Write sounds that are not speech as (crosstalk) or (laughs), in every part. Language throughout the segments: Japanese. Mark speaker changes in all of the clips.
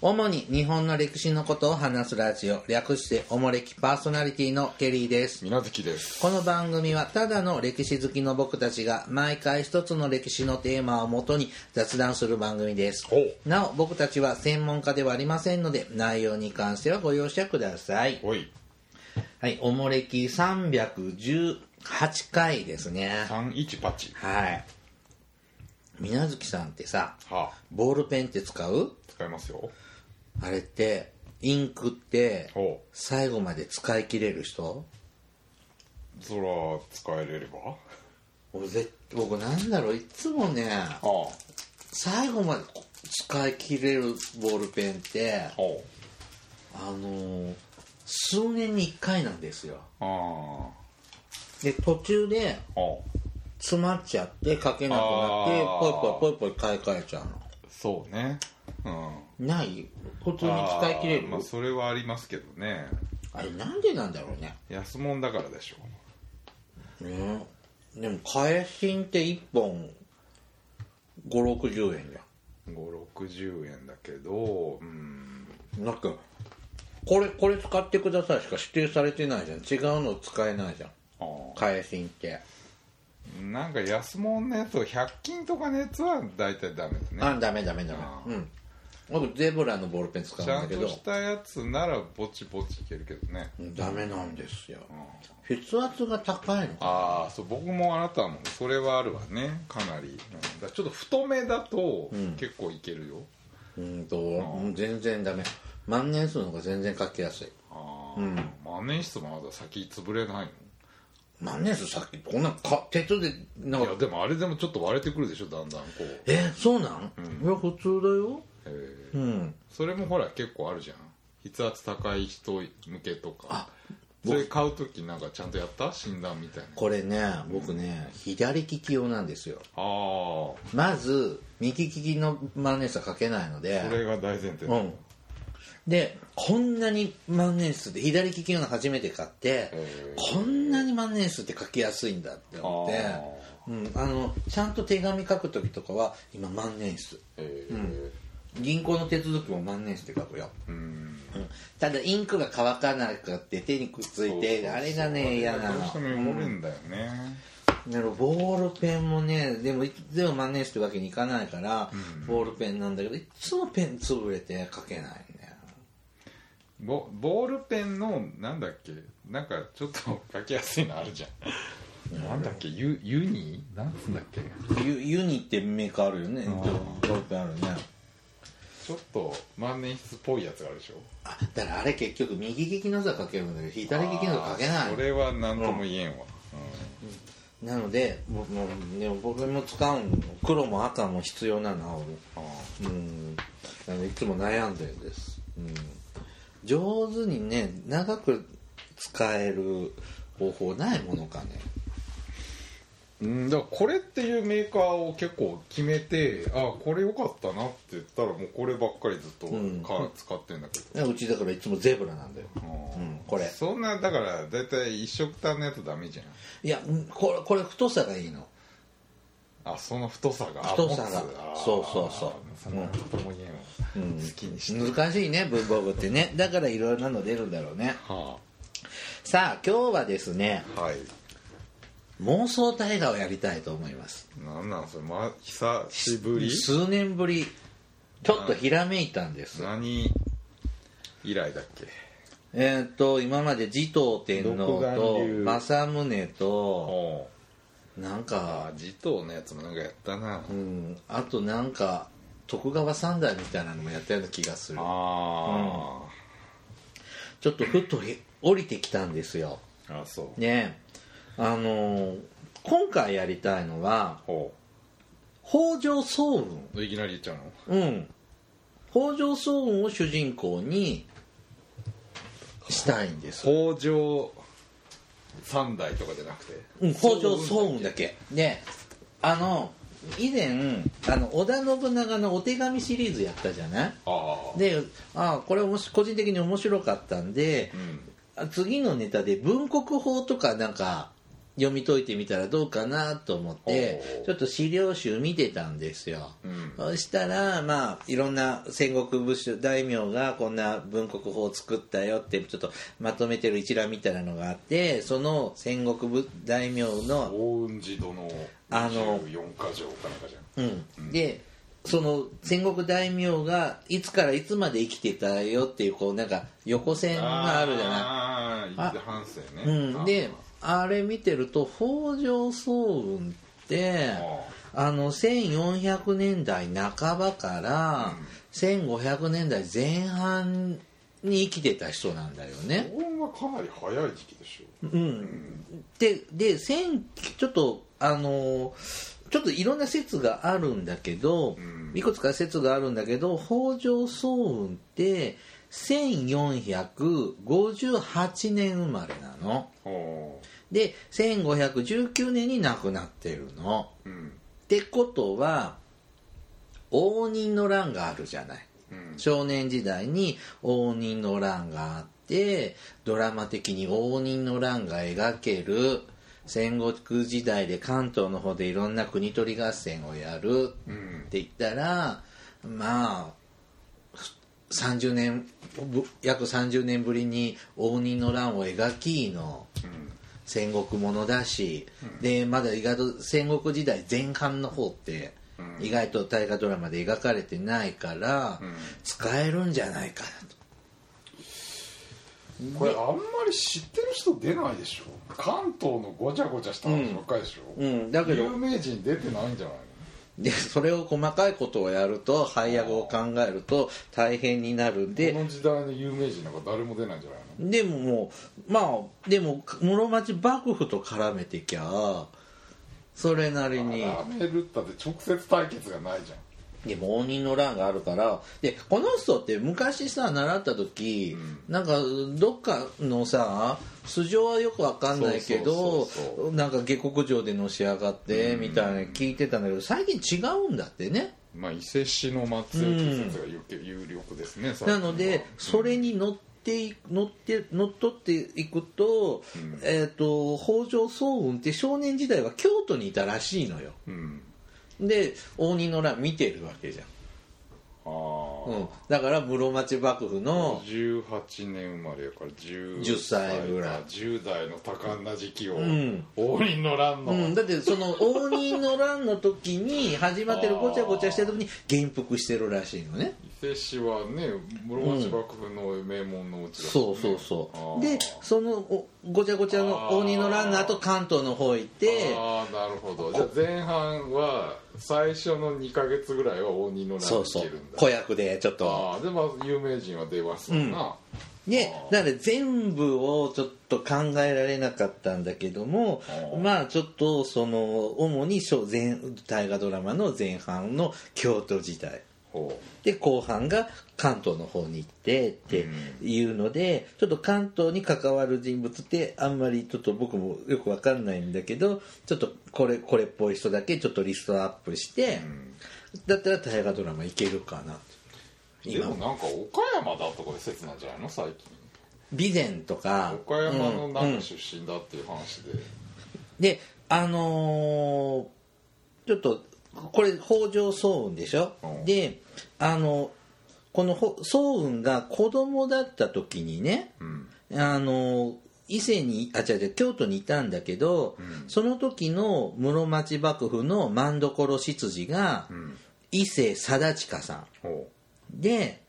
Speaker 1: 主に日本の歴史のことを話すラジオ、略しておもれきパーソナリティのケリーです。
Speaker 2: 水無月です。
Speaker 1: この番組はただの歴史好きの僕たちが毎回一つの歴史のテーマをもとに雑談する番組です。
Speaker 2: ほう。
Speaker 1: なお、僕たちは専門家ではありませんので、内容に関してはご容赦ください。
Speaker 2: おい。
Speaker 1: はい、おもれき318回ですね。
Speaker 2: 三一パチ。
Speaker 1: はい。水無月さんってさ、
Speaker 2: はあ。
Speaker 1: ボールペンって使う
Speaker 2: 使いますよ。
Speaker 1: あれって、インクって、
Speaker 2: ほ
Speaker 1: 最後まで使い切れる人
Speaker 2: う。そら、使えれれば。
Speaker 1: 俺絶僕なんだろういつもね
Speaker 2: ああ。
Speaker 1: 最後まで使い切れるボールペンって
Speaker 2: ほう。
Speaker 1: あのー数年に1回なんですよ
Speaker 2: ああ。
Speaker 1: で途中で
Speaker 2: ほう。
Speaker 1: 詰まっちゃって書けなくなって
Speaker 2: あー
Speaker 1: ポイポイポイポイ買い替えちゃう
Speaker 2: そうね。うん。
Speaker 1: のない普通に使い切れ
Speaker 2: あ
Speaker 1: る
Speaker 2: ーまあ、それはありますけどね。
Speaker 1: あれなんでなんだろうね
Speaker 2: 安物だからでしょ
Speaker 1: ねでも返しんって1本560円じゃん
Speaker 2: う。五六十円だけど、うん。
Speaker 1: なんかこれこれ使ってくださいしか指定されてないじゃん違うの使えないじゃん
Speaker 2: あ
Speaker 1: 返しんって
Speaker 2: あ。なんか安物のやつを百均とかのやつは大体ダメだね。
Speaker 1: あダメダメダ
Speaker 2: あ
Speaker 1: メうん僕ゼブラのボールペン使うん
Speaker 2: ちゃ
Speaker 1: だ
Speaker 2: ん
Speaker 1: け
Speaker 2: と
Speaker 1: ど
Speaker 2: したやつならぼちぼちいけるけどね。
Speaker 1: ダメなんですよ
Speaker 2: うん
Speaker 1: 筆圧が高いのか
Speaker 2: ああそう僕もあなたもそれはあるわねかなり、うん、だからちょっと太めだと
Speaker 1: ん
Speaker 2: 結構いけるよ、
Speaker 1: うんとうん全然ダメ万年数の方が全然書きやすい
Speaker 2: ああ、万年筆もまだ先潰れない
Speaker 1: 万年数さっきこんなんか鉄でな
Speaker 2: の
Speaker 1: ん
Speaker 2: いや
Speaker 1: か
Speaker 2: でもあれでもちょっと割れてくるでしょだんだんこう、へ
Speaker 1: えそうなん、いや普通だよ
Speaker 2: え
Speaker 1: うん
Speaker 2: それもほら結構あるじゃん筆圧高い人向けとか
Speaker 1: あ
Speaker 2: それ買う時なんかちゃんとやった診断みたいな
Speaker 1: これね僕ね左利き用なんですよ
Speaker 2: ああこ
Speaker 1: まず右利きの万年筆は書けないので
Speaker 2: れが大前提だ、
Speaker 1: うんでこんなに万年筆で左利きの初めて買って
Speaker 2: へ
Speaker 1: こんなに万年筆って書きやすいんだって思って
Speaker 2: あ
Speaker 1: うん、あのちゃんと手紙書く時とかは今万年筆
Speaker 2: ええ
Speaker 1: 銀行の手続きも万年筆で書くよ、
Speaker 2: うん
Speaker 1: うん、ただインクが乾かなくって手にくっついてあれがね嫌なの
Speaker 2: どうしても汚れんだよね、
Speaker 1: なるほどボールペンもねでもいつでも万年筆ってわけにいかないから、ボールペンなんだけどいつもペン潰れて書けないね
Speaker 2: ボボールペンのなんだっけなんかちょっと
Speaker 1: (laughs)
Speaker 2: 書きやすいのあるじゃんなんだっけユユニなんつうんだっけち
Speaker 1: ユユニってメーカーあるよね
Speaker 2: ー
Speaker 1: ボールペンあるね
Speaker 2: ょっと万年筆っぽいやつがあるでしょ
Speaker 1: あだからあれ結局右利きの座書けるんだけど左利きの座書けな
Speaker 2: あー
Speaker 1: い
Speaker 2: それは何とも言えんわ、
Speaker 1: なので僕もでも僕も使うの黒も赤も必要なの青も
Speaker 2: うんあ
Speaker 1: うんあのいつも悩んでるんです、うん、上手にね長く使える方法ないものかね
Speaker 2: ーうんだからこれっていうメーカーを結構決めてあこれ良かったなって言ったらもうこればっかりずっとか、
Speaker 1: うん
Speaker 2: 使ってんだけど、
Speaker 1: うちだからいつもゼブラなんだよ
Speaker 2: うん
Speaker 1: うんこれ
Speaker 2: そんなだから大体一色単のやつダメじゃん
Speaker 1: いやうんこれこれ太さがいいの
Speaker 2: あその太さが
Speaker 1: 太さが
Speaker 2: 持つあー
Speaker 1: そうそうそう
Speaker 2: そんなことも言えんわ、好きにして、
Speaker 1: 難しいね文房具ってねだからいろんなの出るんだろうね
Speaker 2: は
Speaker 1: さあ今日はですね
Speaker 2: あはい
Speaker 1: 妄想大河をやりたいと思います
Speaker 2: なんなんそれ、ま、久しぶり
Speaker 1: 数年ぶりちょっとひらめいたんです
Speaker 2: 何以来だっけ
Speaker 1: えーっ、と今まで持統天皇
Speaker 2: 独
Speaker 1: と
Speaker 2: 眼竜
Speaker 1: 政宗と
Speaker 2: お
Speaker 1: なん
Speaker 2: あ
Speaker 1: か
Speaker 2: あ持統のやつもなんかやったな、
Speaker 1: うんあとなんか徳川三代みたいなのもやったような気がする
Speaker 2: あ
Speaker 1: ちょっとふとへ降りてきたんですよ
Speaker 2: ー、あそう、
Speaker 1: ねあのー今回やりたいのは
Speaker 2: ほ
Speaker 1: 北条早雲
Speaker 2: ういきなり言っちゃう
Speaker 1: う
Speaker 2: の
Speaker 1: ん北条早雲を主人公にしたいんです
Speaker 2: 北条三代とかじゃなくて
Speaker 1: うん、北条早雲だけであの以前あの織田信長のお手紙シリーズやったじゃない
Speaker 2: ああ
Speaker 1: であこれおもし個人的に面白かったんで
Speaker 2: う、ん
Speaker 1: あ次のネタで文国法とかなんか読み解いてみたらどうかなと思って
Speaker 2: おー
Speaker 1: ちょっと資料集見てたんですよ、
Speaker 2: うん
Speaker 1: そしたらまあいろんな戦国武将大名がこんな文国法を作ったよってちょっとまとめてる一覧みたいなのがあってその戦国武大名の、
Speaker 2: 大雲寺殿
Speaker 1: あの
Speaker 2: 24か条かなんかじゃん
Speaker 1: うん、でその戦国大名がいつからいつまで生きてたよっていうこうなんか横線があるじゃない
Speaker 2: ないああ反省ね
Speaker 1: うん、であれ見てると北条早雲って
Speaker 2: あ
Speaker 1: あの1400年代半ばから
Speaker 2: うん
Speaker 1: 1500年代前半に生きてた人なんだよ
Speaker 2: あ
Speaker 1: ね。
Speaker 2: 高温がかなり早い時期でし
Speaker 1: う
Speaker 2: ょ
Speaker 1: ん、でで千ちょっとあのちょっといろんな説があるんだけど、
Speaker 2: うん
Speaker 1: いくつか説があるんだけど北条早雲って1458年生まれなの。
Speaker 2: ほ
Speaker 1: で1519年に亡くなってるの。
Speaker 2: ううん
Speaker 1: ってことは応仁の乱があるじゃない
Speaker 2: うん
Speaker 1: 少年時代に応仁の乱があってドラマ的に応仁の乱が描ける戦国時代で関東の方でいろんな国取り合戦をやる
Speaker 2: う
Speaker 1: っ
Speaker 2: ん
Speaker 1: て言ったらまあ30年ぶ約30年ぶりに応仁の乱を描きの
Speaker 2: うん
Speaker 1: 戦国ものだし、でまだ意外と戦国時代前半の方って
Speaker 2: うん
Speaker 1: 意外と大河ドラマで描かれてないから、
Speaker 2: うん
Speaker 1: 使えるんじゃないかなと
Speaker 2: これあんまり知ってる人出ないでしょ関東のごちゃごちゃした話ばっかりでしょ、
Speaker 1: うんだけど
Speaker 2: 有名人出てないんじゃないの
Speaker 1: でそれを細かいことをやると配役を考えると大変になるん
Speaker 2: こ
Speaker 1: で
Speaker 2: の時代の有名人なんか誰も出ないんじゃないの
Speaker 1: でももうまあでも室町幕府と絡めてきゃそれなりに。
Speaker 2: ラーメルッタで直接対決がないじゃん
Speaker 1: でも応仁の乱があるからでこの人って昔さ習った時、なんかどっかのさ素性はよくわかんないけど
Speaker 2: そうそうそうそ
Speaker 1: なんか下克上でのし上がってみたいなの聞いてたんだけど最近違うんだってね
Speaker 2: まあ伊勢市の松江季節が有力有力ですね、最近
Speaker 1: な
Speaker 2: は
Speaker 1: のでそれに乗ってい乗って乗っ取っていくと,、えっと北条早雲って少年時代は京都にいたらしいのよ
Speaker 2: うん
Speaker 1: で応仁の乱見てるわけじゃん、
Speaker 2: ああ、
Speaker 1: うん、だから室町幕府の
Speaker 2: 58年生まれやから 10,
Speaker 1: 10歳ぐらい
Speaker 2: 10代の多感な時期を
Speaker 1: ん
Speaker 2: 王林の乱の、
Speaker 1: うん、だってその応仁の乱の時に始まってる
Speaker 2: あー
Speaker 1: ごちゃごちゃしてる時に元服してるらしいのね
Speaker 2: 伊勢市はね室町幕府の名門のうちだしね
Speaker 1: そうそうそ
Speaker 2: あー
Speaker 1: うでそのおごちゃごちゃの応仁の乱の後関東の方行って
Speaker 2: ああなるほどじゃあ前半は最初の2か月ぐらいは応仁の乱
Speaker 1: そう
Speaker 2: に行
Speaker 1: そ
Speaker 2: け
Speaker 1: う
Speaker 2: るんだ
Speaker 1: 子役でちょっと
Speaker 2: ああでまあ有名人は出ますわな、
Speaker 1: ね
Speaker 2: あー
Speaker 1: なので全部をちょっと考えられなかったんだけども
Speaker 2: あー
Speaker 1: まあちょっとその主に小前大河ドラマの前半の京都時代
Speaker 2: ほ
Speaker 1: で後半が関東の方に行ってっていうので、ちょっと関東に関わる人物ってあんまりちょっと僕もよくわかんないんだけどちょっとこれこれっぽい人だけちょっとリストアップして、だったら大河ドラマいけるかな
Speaker 2: うで
Speaker 1: 今
Speaker 2: もなんか岡山だとかで説なんじゃないの最近
Speaker 1: 備前とか
Speaker 2: 岡山の
Speaker 1: う
Speaker 2: なん
Speaker 1: んう
Speaker 2: か
Speaker 1: ん
Speaker 2: 出身だっていう話で、
Speaker 1: であのーちょっとこれ北条早雲でしょ、
Speaker 2: うん
Speaker 1: であのこのほ早雲が子供だった時にね、
Speaker 2: うん
Speaker 1: あの伊勢にあ違う違う京都にいたんだけど、その時の室町幕府の万所執事が、
Speaker 2: ん
Speaker 1: 伊勢貞親さん
Speaker 2: ほ
Speaker 1: で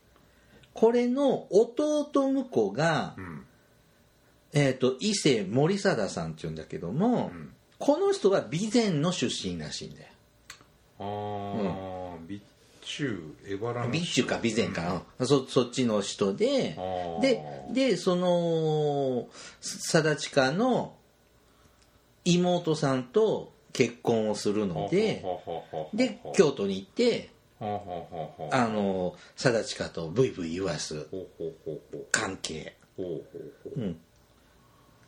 Speaker 1: これの弟婿が、
Speaker 2: ううん
Speaker 1: えー、と伊勢森貞さんっていうんだけども、この人は備前の出身らしいんだよ
Speaker 2: ああ、備中エバラの
Speaker 1: 備中か備前か、うんそそっちの人で
Speaker 2: あー
Speaker 1: ででその貞親の妹さんと結婚をするので
Speaker 2: ほうほうほうほう
Speaker 1: で京都に行って
Speaker 2: ほうほうほうほう
Speaker 1: あの貞親とブイブイ言わす
Speaker 2: ほうほうほうほう
Speaker 1: 関係
Speaker 2: ほうほうほう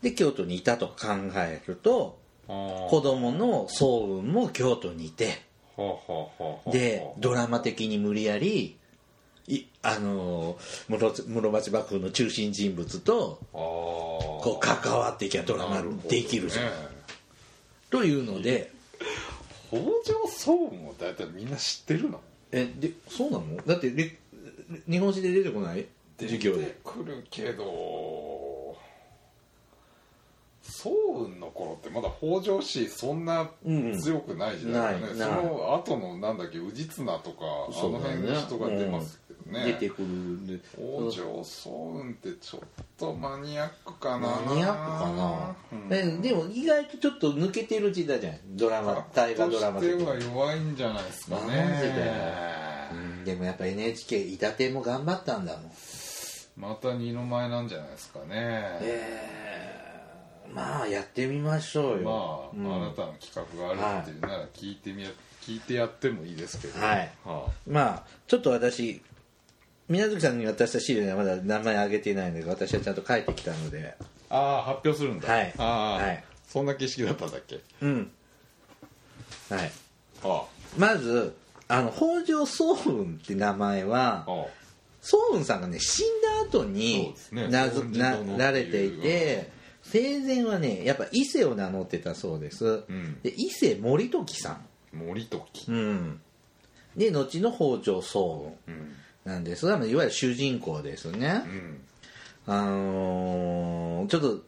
Speaker 1: で京都にいたと考えると
Speaker 2: あー
Speaker 1: 子供の早雲も京都にいて
Speaker 2: ほうほうほうほう
Speaker 1: でドラマ的に無理やりいあの室室町幕府の中心人物と
Speaker 2: あー
Speaker 1: こう関わっていけばドラマできるじゃん
Speaker 2: なほどね
Speaker 1: というので
Speaker 2: 北条総務を大体みんな知ってるの
Speaker 1: えでそうなのだってれ日本史で出てこない授業
Speaker 2: 出
Speaker 1: で
Speaker 2: てくるけど総雲の頃ってまだ北条氏そんな
Speaker 1: うんうん
Speaker 2: 強くない時代だよね、
Speaker 1: ない
Speaker 2: そ
Speaker 1: ない
Speaker 2: の後のなんだっけ氏綱とかあ
Speaker 1: そう
Speaker 2: の
Speaker 1: だね
Speaker 2: 辺の人が出ますけどね,、
Speaker 1: 出てくるんで
Speaker 2: 北条早雲ってちょっとマニアックかな
Speaker 1: マニアックかな、
Speaker 2: うん
Speaker 1: えでも意外とちょっと抜けてる時代じゃないドラマ大河ドラマ
Speaker 2: と
Speaker 1: 的
Speaker 2: して
Speaker 1: に
Speaker 2: は弱いんじゃないですかね
Speaker 1: マジでうんでもやっぱ NHK 板手も頑張ったんだもん
Speaker 2: また二の前なんじゃないですかね
Speaker 1: えー、まあやってみましょうよ
Speaker 2: まあ、
Speaker 1: うん
Speaker 2: あなたの企画があるっていうなら聞いてみや、聞いてやってもいいですけど
Speaker 1: はい
Speaker 2: は
Speaker 1: まあちょっと私水無月さんに渡した資料にはまだ名前挙げてないので私はちゃんと書いてきたので
Speaker 2: あああ発表するんだ
Speaker 1: はい
Speaker 2: ああ、
Speaker 1: はい
Speaker 2: そんな形式だったんだっけ
Speaker 1: うんはい
Speaker 2: あ
Speaker 1: まずあの北条早雲って名前は
Speaker 2: あああ
Speaker 1: 早雲さんがね死んだ後
Speaker 2: そう
Speaker 1: に
Speaker 2: ですね
Speaker 1: なず、
Speaker 2: 本人
Speaker 1: な
Speaker 2: 殿っていう
Speaker 1: られていて生前はねやっぱ伊勢を名乗ってたそうです、
Speaker 2: うん
Speaker 1: で伊勢森時さ
Speaker 2: 森時
Speaker 1: ん、うん、で後の北条早
Speaker 2: うん
Speaker 1: 雲なんですがまあいわゆる主人公ですね
Speaker 2: う、ん
Speaker 1: あのーちょっと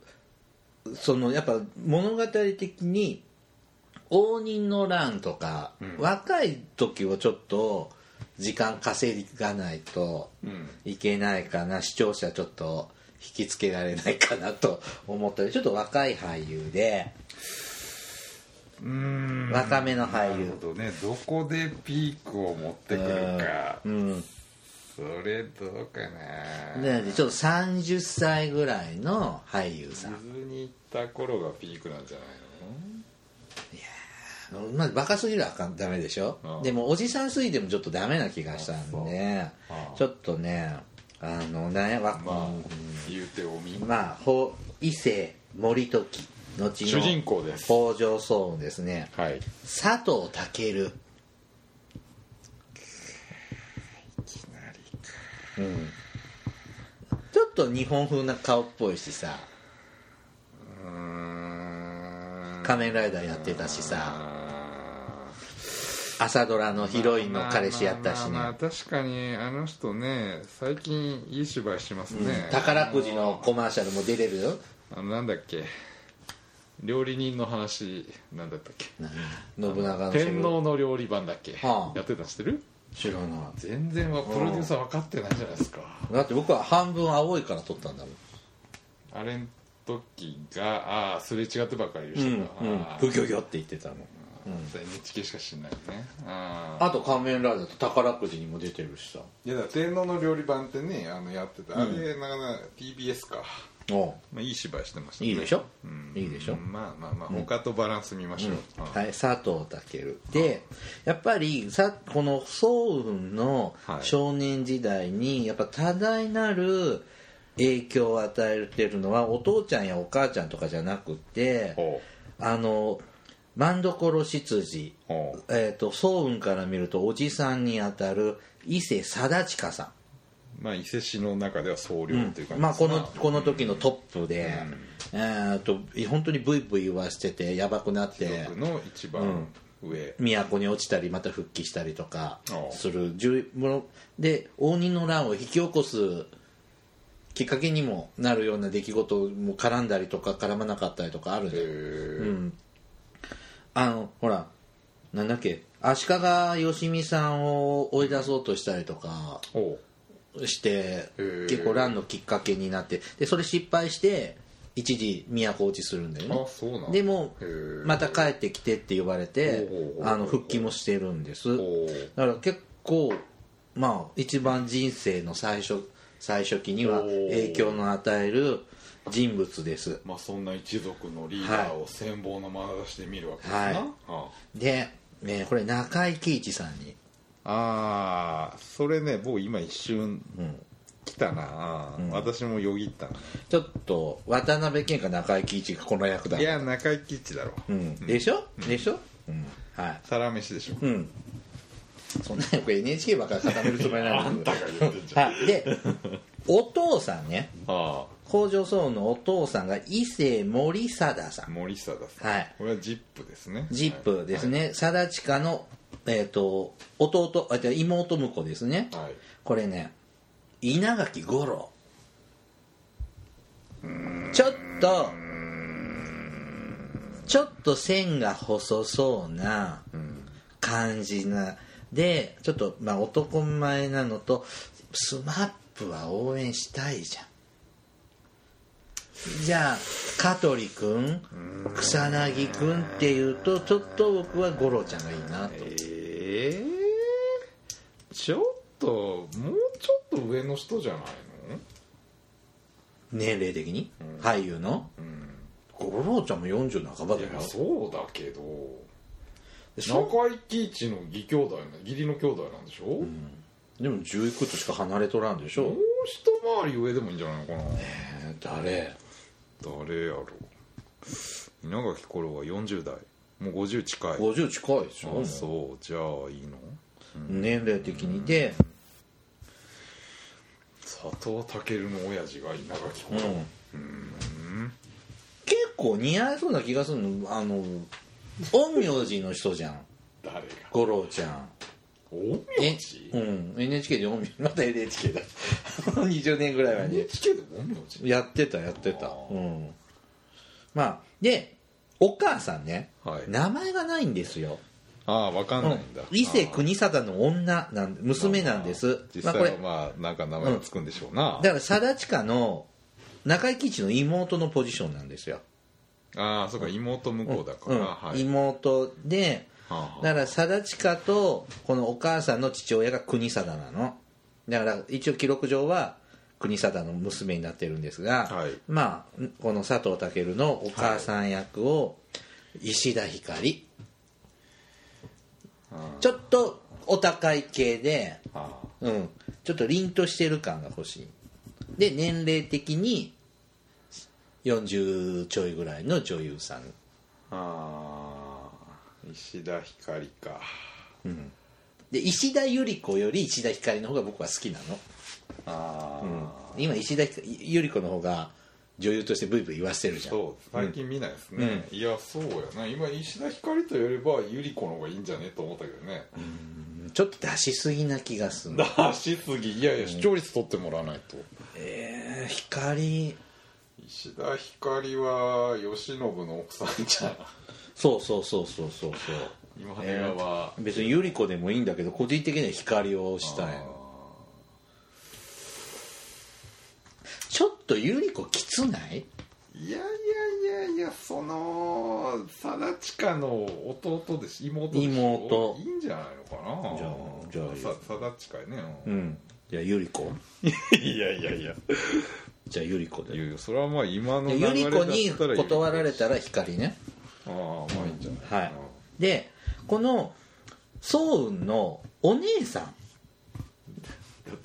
Speaker 1: そのやっぱ物語的に応仁の乱とか、
Speaker 2: うん
Speaker 1: 若い時をちょっと時間稼がないと
Speaker 2: うん
Speaker 1: いけないかな視聴者ちょっと引きつけられないかなと (laughs) 思ったりちょっと若い俳優で
Speaker 2: うーん
Speaker 1: 若めの俳
Speaker 2: なる
Speaker 1: 優
Speaker 2: ほどねどこでピークを持ってくるか
Speaker 1: うん、
Speaker 2: それどうかな
Speaker 1: なのでちょっと30歳ぐらいの俳優さん
Speaker 2: 水に行った頃がピークなんじゃない
Speaker 1: まあ、バカすぎるはあかんダメでしょ、
Speaker 2: うん
Speaker 1: でもおじさんすぎてもちょっとダメな気がしたんで
Speaker 2: あそうあ
Speaker 1: ちょっとねあのなんやわ
Speaker 2: のまあ
Speaker 1: うん
Speaker 2: 言うておみ
Speaker 1: まあほ伊勢森時後の
Speaker 2: 主人公です
Speaker 1: 北条早雲ですね
Speaker 2: はい
Speaker 1: 佐藤健うんちょっと日本風な顔っぽいしさ仮面ライダーやってたしさ朝ドラのヒロインの彼氏やったしね、
Speaker 2: まあまあまあ確かにあの人ね最近いい芝居してますね、
Speaker 1: 宝くじのコマーシャルも出れるよ
Speaker 2: あのなんだっけ料理人の話なんだったっけ
Speaker 1: 信長の
Speaker 2: 天皇の料理番だっけ、
Speaker 1: はあ
Speaker 2: やってたの知ってる
Speaker 1: 知らな
Speaker 2: 全然はプロデューサー分かってないじゃないですか
Speaker 1: いだって僕は半分青いから撮ったんだもん、
Speaker 2: あれん時がああすれ違ってばっかり言う人が、ああ
Speaker 1: ブギョギョって言ってたもん
Speaker 2: 絶対 NHK しか知んないよねああ
Speaker 1: あと仮面ライダーと宝くじにも出てるしさ
Speaker 2: いやだから天皇の料理番ってねあのやってたあれなかなか TBS か、
Speaker 1: お
Speaker 2: まあ、いい芝居してましたね
Speaker 1: いいでしょ、
Speaker 2: うん
Speaker 1: いいでしょ、
Speaker 2: まあまあまあ他とバランス見ましょう、うん
Speaker 1: はい、佐藤健でやっぱりさこの早雲の
Speaker 2: はい
Speaker 1: 少年時代にやっぱ多大なる影響を与えてるのはお父ちゃんやお母ちゃんとかじゃなくて
Speaker 2: ほ
Speaker 1: あの万所執事
Speaker 2: うほう
Speaker 1: えー、と早雲から見るとおじさんにあたる伊勢貞親さ
Speaker 2: まあ伊勢市の中では総領という感じです
Speaker 1: ん、まあ、このこの時のトップで、えー、と本当にブイブイ言わしててやばくなって
Speaker 2: 僕の一番上、
Speaker 1: 都に落ちたりまた復帰したりとか
Speaker 2: お
Speaker 1: する重もので応仁の乱を引き起こすきっかけにもなるような出来事も絡んだりとか絡まなかったりとかある
Speaker 2: え
Speaker 1: で、
Speaker 2: ー
Speaker 1: うん、あのほらなんだっけ足利義美さんを追い出そうとしたりとか
Speaker 2: ほう
Speaker 1: して
Speaker 2: ー
Speaker 1: 結構乱のきっかけになってでそれ失敗して一時都落ちするんだよね
Speaker 2: あそうなんだ
Speaker 1: でも
Speaker 2: へー
Speaker 1: また帰ってきてって言われて
Speaker 2: ほうほうほうほう
Speaker 1: あの復帰もしてるんです
Speaker 2: ほう
Speaker 1: だから結構まあ一番人生の最初最初期には
Speaker 2: おー
Speaker 1: 影響の与える人物です
Speaker 2: まあそんな一族のリーダーを羨望の眼差しで見るわけですな、
Speaker 1: はい
Speaker 2: あ
Speaker 1: で、えーこれ中井貴一さんに
Speaker 2: あーそれね僕今一瞬来たな、私もよぎったな
Speaker 1: ちょっと渡辺謙か中井貴一がこの役だ
Speaker 2: いや中井貴一だろ
Speaker 1: うん、でしょ、でしょ、うん、はい
Speaker 2: サラメシでしょ、
Speaker 1: うんそんなよく NHK ばっかり固めるつもりな
Speaker 2: (laughs) あ
Speaker 1: の
Speaker 2: ん
Speaker 1: に
Speaker 2: たが言ってんじゃん
Speaker 1: はいでお父さんね
Speaker 2: あ
Speaker 1: 北条早雲のお父さんが伊勢森貞さ
Speaker 2: あ
Speaker 1: ん
Speaker 2: 森貞さん、
Speaker 1: はい
Speaker 2: これはジップですね
Speaker 1: ジップですね、貞親の、えー、と弟あ違う妹婿ですね
Speaker 2: はい、はい
Speaker 1: これね稲垣吾郎ちょっとちょっと線が細そうな感じなでちょっとまあ男前なのとスマップは応援したいじゃんじゃあ香取君草薙君っていうとちょっと僕は五郎ちゃんがいいなと
Speaker 2: ええちょっともうちょっと上の人じゃないの
Speaker 1: 年齢的に、俳優の五郎ちゃんも40半ば
Speaker 2: い
Speaker 1: だよ
Speaker 2: やそうだけど
Speaker 1: でしょ
Speaker 2: 中井貴一の義兄弟の義理の兄弟なんでしょ、
Speaker 1: でも11個としか離れとらんでし
Speaker 2: も
Speaker 1: ょ
Speaker 2: う、一回り上でもいいんじゃないのかな、
Speaker 1: えー誰
Speaker 2: 誰やろう稲垣吾郎は40代もう50近い
Speaker 1: 50近いでしょ
Speaker 2: あそうじゃあいいの
Speaker 1: 年齢的にで、
Speaker 2: 佐藤健の親父が稲垣吾
Speaker 1: うん
Speaker 2: 郎、
Speaker 1: 結構似合いそうな気がするのあの陰陽師の人じゃん
Speaker 2: 誰が
Speaker 1: 五郎ちゃん
Speaker 2: 陰陽師
Speaker 1: うん、NHK で陰陽 (laughs) また NHK だ (laughs) 20年ぐらい前に
Speaker 2: NHK で陰陽師
Speaker 1: やってたやってた
Speaker 2: あー
Speaker 1: うんまあでお母さんね、
Speaker 2: はい
Speaker 1: 名前がないんですよ
Speaker 2: ああ分かんないんだ、
Speaker 1: 伊勢国定の女なんで娘なんです
Speaker 2: 実
Speaker 1: まあ
Speaker 2: 際
Speaker 1: これ
Speaker 2: はまあなんか名前がつくんでしょうな、
Speaker 1: だから貞親の中井貴一の妹のポジションなんですよ、
Speaker 2: ああそうか妹向こうだか
Speaker 1: う
Speaker 2: ら、
Speaker 1: ん
Speaker 2: はい、
Speaker 1: 妹で
Speaker 2: はあはあ
Speaker 1: だから貞親とこのお母さんの父親が国定なのだから一応記録上は国定の娘になってるんですが、
Speaker 2: はい
Speaker 1: まあこの佐藤健のお母さん役を石田ひかり、ちょっとお高い系で
Speaker 2: あ
Speaker 1: うん、ちょっと凛としてる感が欲しいで年齢的に40ちょいぐらいの女優さん
Speaker 2: あああ石田ひかりか
Speaker 1: で石田ゆり子より石田ひかりの方が僕は好きなの
Speaker 2: ああ、
Speaker 1: 今石田ひかゆり子の方が女優としてブイブイ言わせてるじゃん
Speaker 2: そう最近見ないですね、いやそうやな今石田ひかりとやればゆり子の方がいいんじゃねと思ったけどね (laughs)
Speaker 1: ちょっと出しすぎな気がする
Speaker 2: 出しすぎいやいや視聴率取ってもらわないと、
Speaker 1: えー、ひかり
Speaker 2: 石田ひかりは慶喜の奥さんじ (laughs) ゃん
Speaker 1: そうそうそうそうそうそう
Speaker 2: 今寺は、
Speaker 1: 別にゆり子でもいいんだけど個人的にはひかりをしたいのちょっとゆり子きつない
Speaker 2: いやいやいやいやその貞親の弟でし妹でしょ
Speaker 1: 妹
Speaker 2: いいんじゃないのかな
Speaker 1: じゃあじゃあいい
Speaker 2: さ貞親やね、
Speaker 1: う
Speaker 2: うん
Speaker 1: んじゃあゆり子
Speaker 2: (laughs) いやいやいや
Speaker 1: じゃあゆり子で
Speaker 2: いやいやそれはまあ今の
Speaker 1: で
Speaker 2: 流
Speaker 1: ゆ
Speaker 2: れ
Speaker 1: り
Speaker 2: だった
Speaker 1: 子
Speaker 2: ら
Speaker 1: に断られた
Speaker 2: ら
Speaker 1: ら光ね
Speaker 2: ああまあいいんじゃないかな
Speaker 1: はいでこの早雲のお姉さん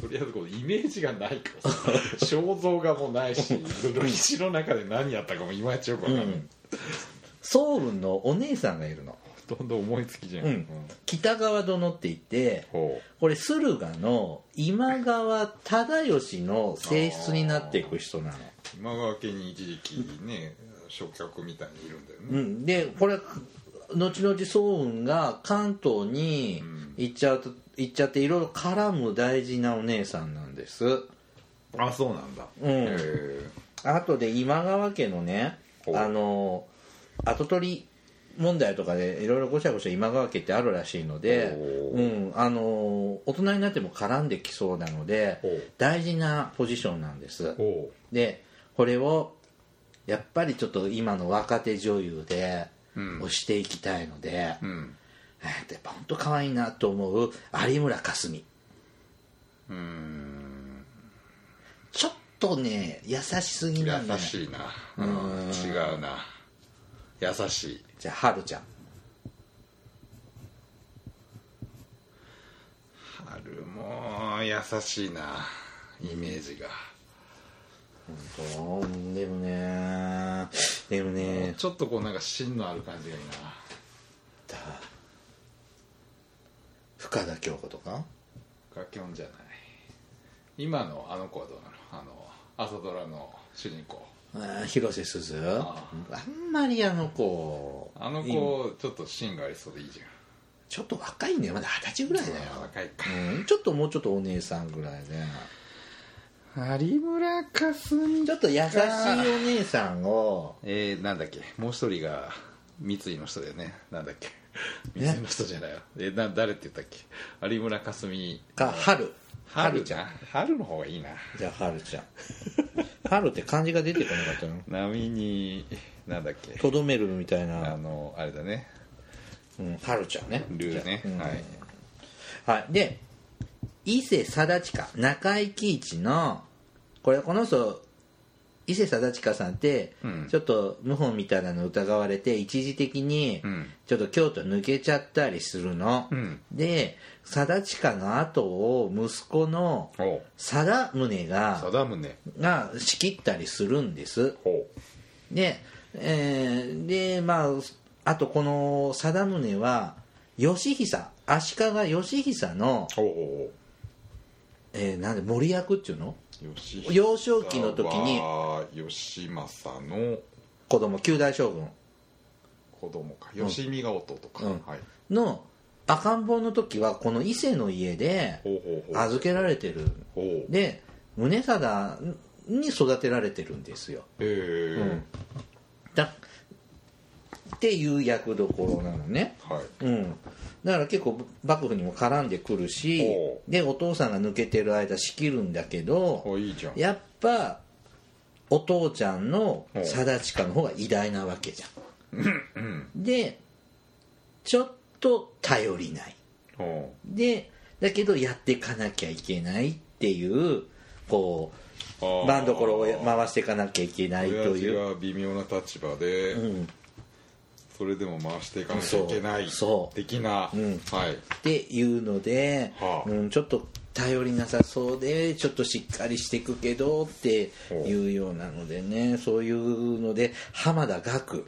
Speaker 2: とりあえずこのイメージがないから (laughs) さ肖像画もない (laughs) し歴史の中で何やったかもいまいちよくわかんない、
Speaker 1: うん早雲のお姉さんがいるの
Speaker 2: どんどん思いつきじゃん、
Speaker 1: うん北川殿って言って
Speaker 2: ほ
Speaker 1: これ駿河の今川忠義の正室になっていく人なの、
Speaker 2: う今川家に一時期ね食客みたいにいるんだよね、
Speaker 1: うん、でこれ後々早雲が関東に行っちゃうと行っちゃっていろいろ絡む大事なお姉さんなんです
Speaker 2: あそうなんだ
Speaker 1: うん
Speaker 2: へえ
Speaker 1: あとで今川家のね
Speaker 2: ほう
Speaker 1: あの跡取り問題とかでいろいろごちゃごちゃ今川家ってあるらしいので、
Speaker 2: ほう
Speaker 1: うん、あの大人になっても絡んできそうなので
Speaker 2: ほう
Speaker 1: 大事なポジションなんです
Speaker 2: ほ
Speaker 1: でこれをやっぱりちょっと今の若手女優で
Speaker 2: うん
Speaker 1: 押していきたいので、
Speaker 2: ううん
Speaker 1: えーやっぱ本当可愛いなと思う有村架純
Speaker 2: うん
Speaker 1: ちょっとね優しすぎ
Speaker 2: 優
Speaker 1: なんだ、ね、
Speaker 2: しいな、うん、違うな優しい
Speaker 1: じゃあ春ちゃん
Speaker 2: 春も優しいなイメージが、
Speaker 1: そうでもねでもね
Speaker 2: ちょっとこうなんか芯のある感じがいいな
Speaker 1: だ深田恭子とか
Speaker 2: ガキョンじゃない今のあの子はどうなのあの朝ドラの主人公
Speaker 1: あー広瀬すず
Speaker 2: あ
Speaker 1: あんまりあの子
Speaker 2: あの
Speaker 1: 今
Speaker 2: 子ちょっと芯がありそうでいいじゃ
Speaker 1: ちょっと若いねまだ二十歳ぐらいだよ
Speaker 2: ん若いか
Speaker 1: うん、ちょっともうちょっとお姉さんぐらいね
Speaker 2: 有村架純
Speaker 1: ちょっと優しいお姉さんを
Speaker 2: えー、なんだっけもう一人が三井の人だよねなんだっけ
Speaker 1: ね
Speaker 2: 三井の人じゃないわえな誰って言ったっけ有村架純
Speaker 1: か春
Speaker 2: 春じゃん春の方がいいな
Speaker 1: じゃあ春ちゃん春って漢字が出てこなかったの
Speaker 2: 波になんだっけ
Speaker 1: とどめるみたい
Speaker 2: あ
Speaker 1: な、
Speaker 2: のあれだね
Speaker 1: うん、春ちゃんね
Speaker 2: ルーね、
Speaker 1: うん
Speaker 2: はい
Speaker 1: はい、で伊勢貞親中井貴一のこれこの人伊勢貞親さんって、
Speaker 2: うん
Speaker 1: ちょっと謀反みたいなの疑われて一時的に
Speaker 2: うん
Speaker 1: ちょっと京都抜けちゃったりするの、
Speaker 2: うん
Speaker 1: で貞親の後を息子の
Speaker 2: おう
Speaker 1: 貞宗が
Speaker 2: 貞宗
Speaker 1: が仕切ったりするんです
Speaker 2: ほ
Speaker 1: で,、えーでまああとこの貞宗は義久足利義久の
Speaker 2: うほうほ
Speaker 1: えーなんで森役っていうの
Speaker 2: うほう吉
Speaker 1: 幼少期の時に
Speaker 2: 吉政の
Speaker 1: 子供九大将軍
Speaker 2: 子供か吉見が弟か、
Speaker 1: うん
Speaker 2: はい
Speaker 1: の赤ん坊の時はこの伊勢の家で
Speaker 2: ほうほうほう
Speaker 1: 預けられてる
Speaker 2: ほうへ
Speaker 1: で宗貞に育てられてるんですよ
Speaker 2: え、
Speaker 1: だっていう役どころなのね
Speaker 2: はい
Speaker 1: うんだから結構幕府にも絡んでくるし
Speaker 2: お
Speaker 1: でお父さんが抜けてる間仕切るんだけど
Speaker 2: おいいじゃん
Speaker 1: やっぱお父ちゃんの貞親の方が偉大なわけじゃん
Speaker 2: うん
Speaker 1: でちょっと頼りない
Speaker 2: お
Speaker 1: でだけどやっていかなきゃいけないっていうこ
Speaker 2: あー
Speaker 1: う番所を回していかなきゃいけないと
Speaker 2: 親父
Speaker 1: いう、
Speaker 2: が微妙な立場で、
Speaker 1: うん、
Speaker 2: それでも回していかなきゃいけな
Speaker 1: そ
Speaker 2: い
Speaker 1: うそう
Speaker 2: 的な、
Speaker 1: うん
Speaker 2: はい
Speaker 1: っていうので、
Speaker 2: はあ
Speaker 1: うん、ちょっと頼りなさそうでちょっとしっかりしていくけどっていうようなのでねそういうので浜田岳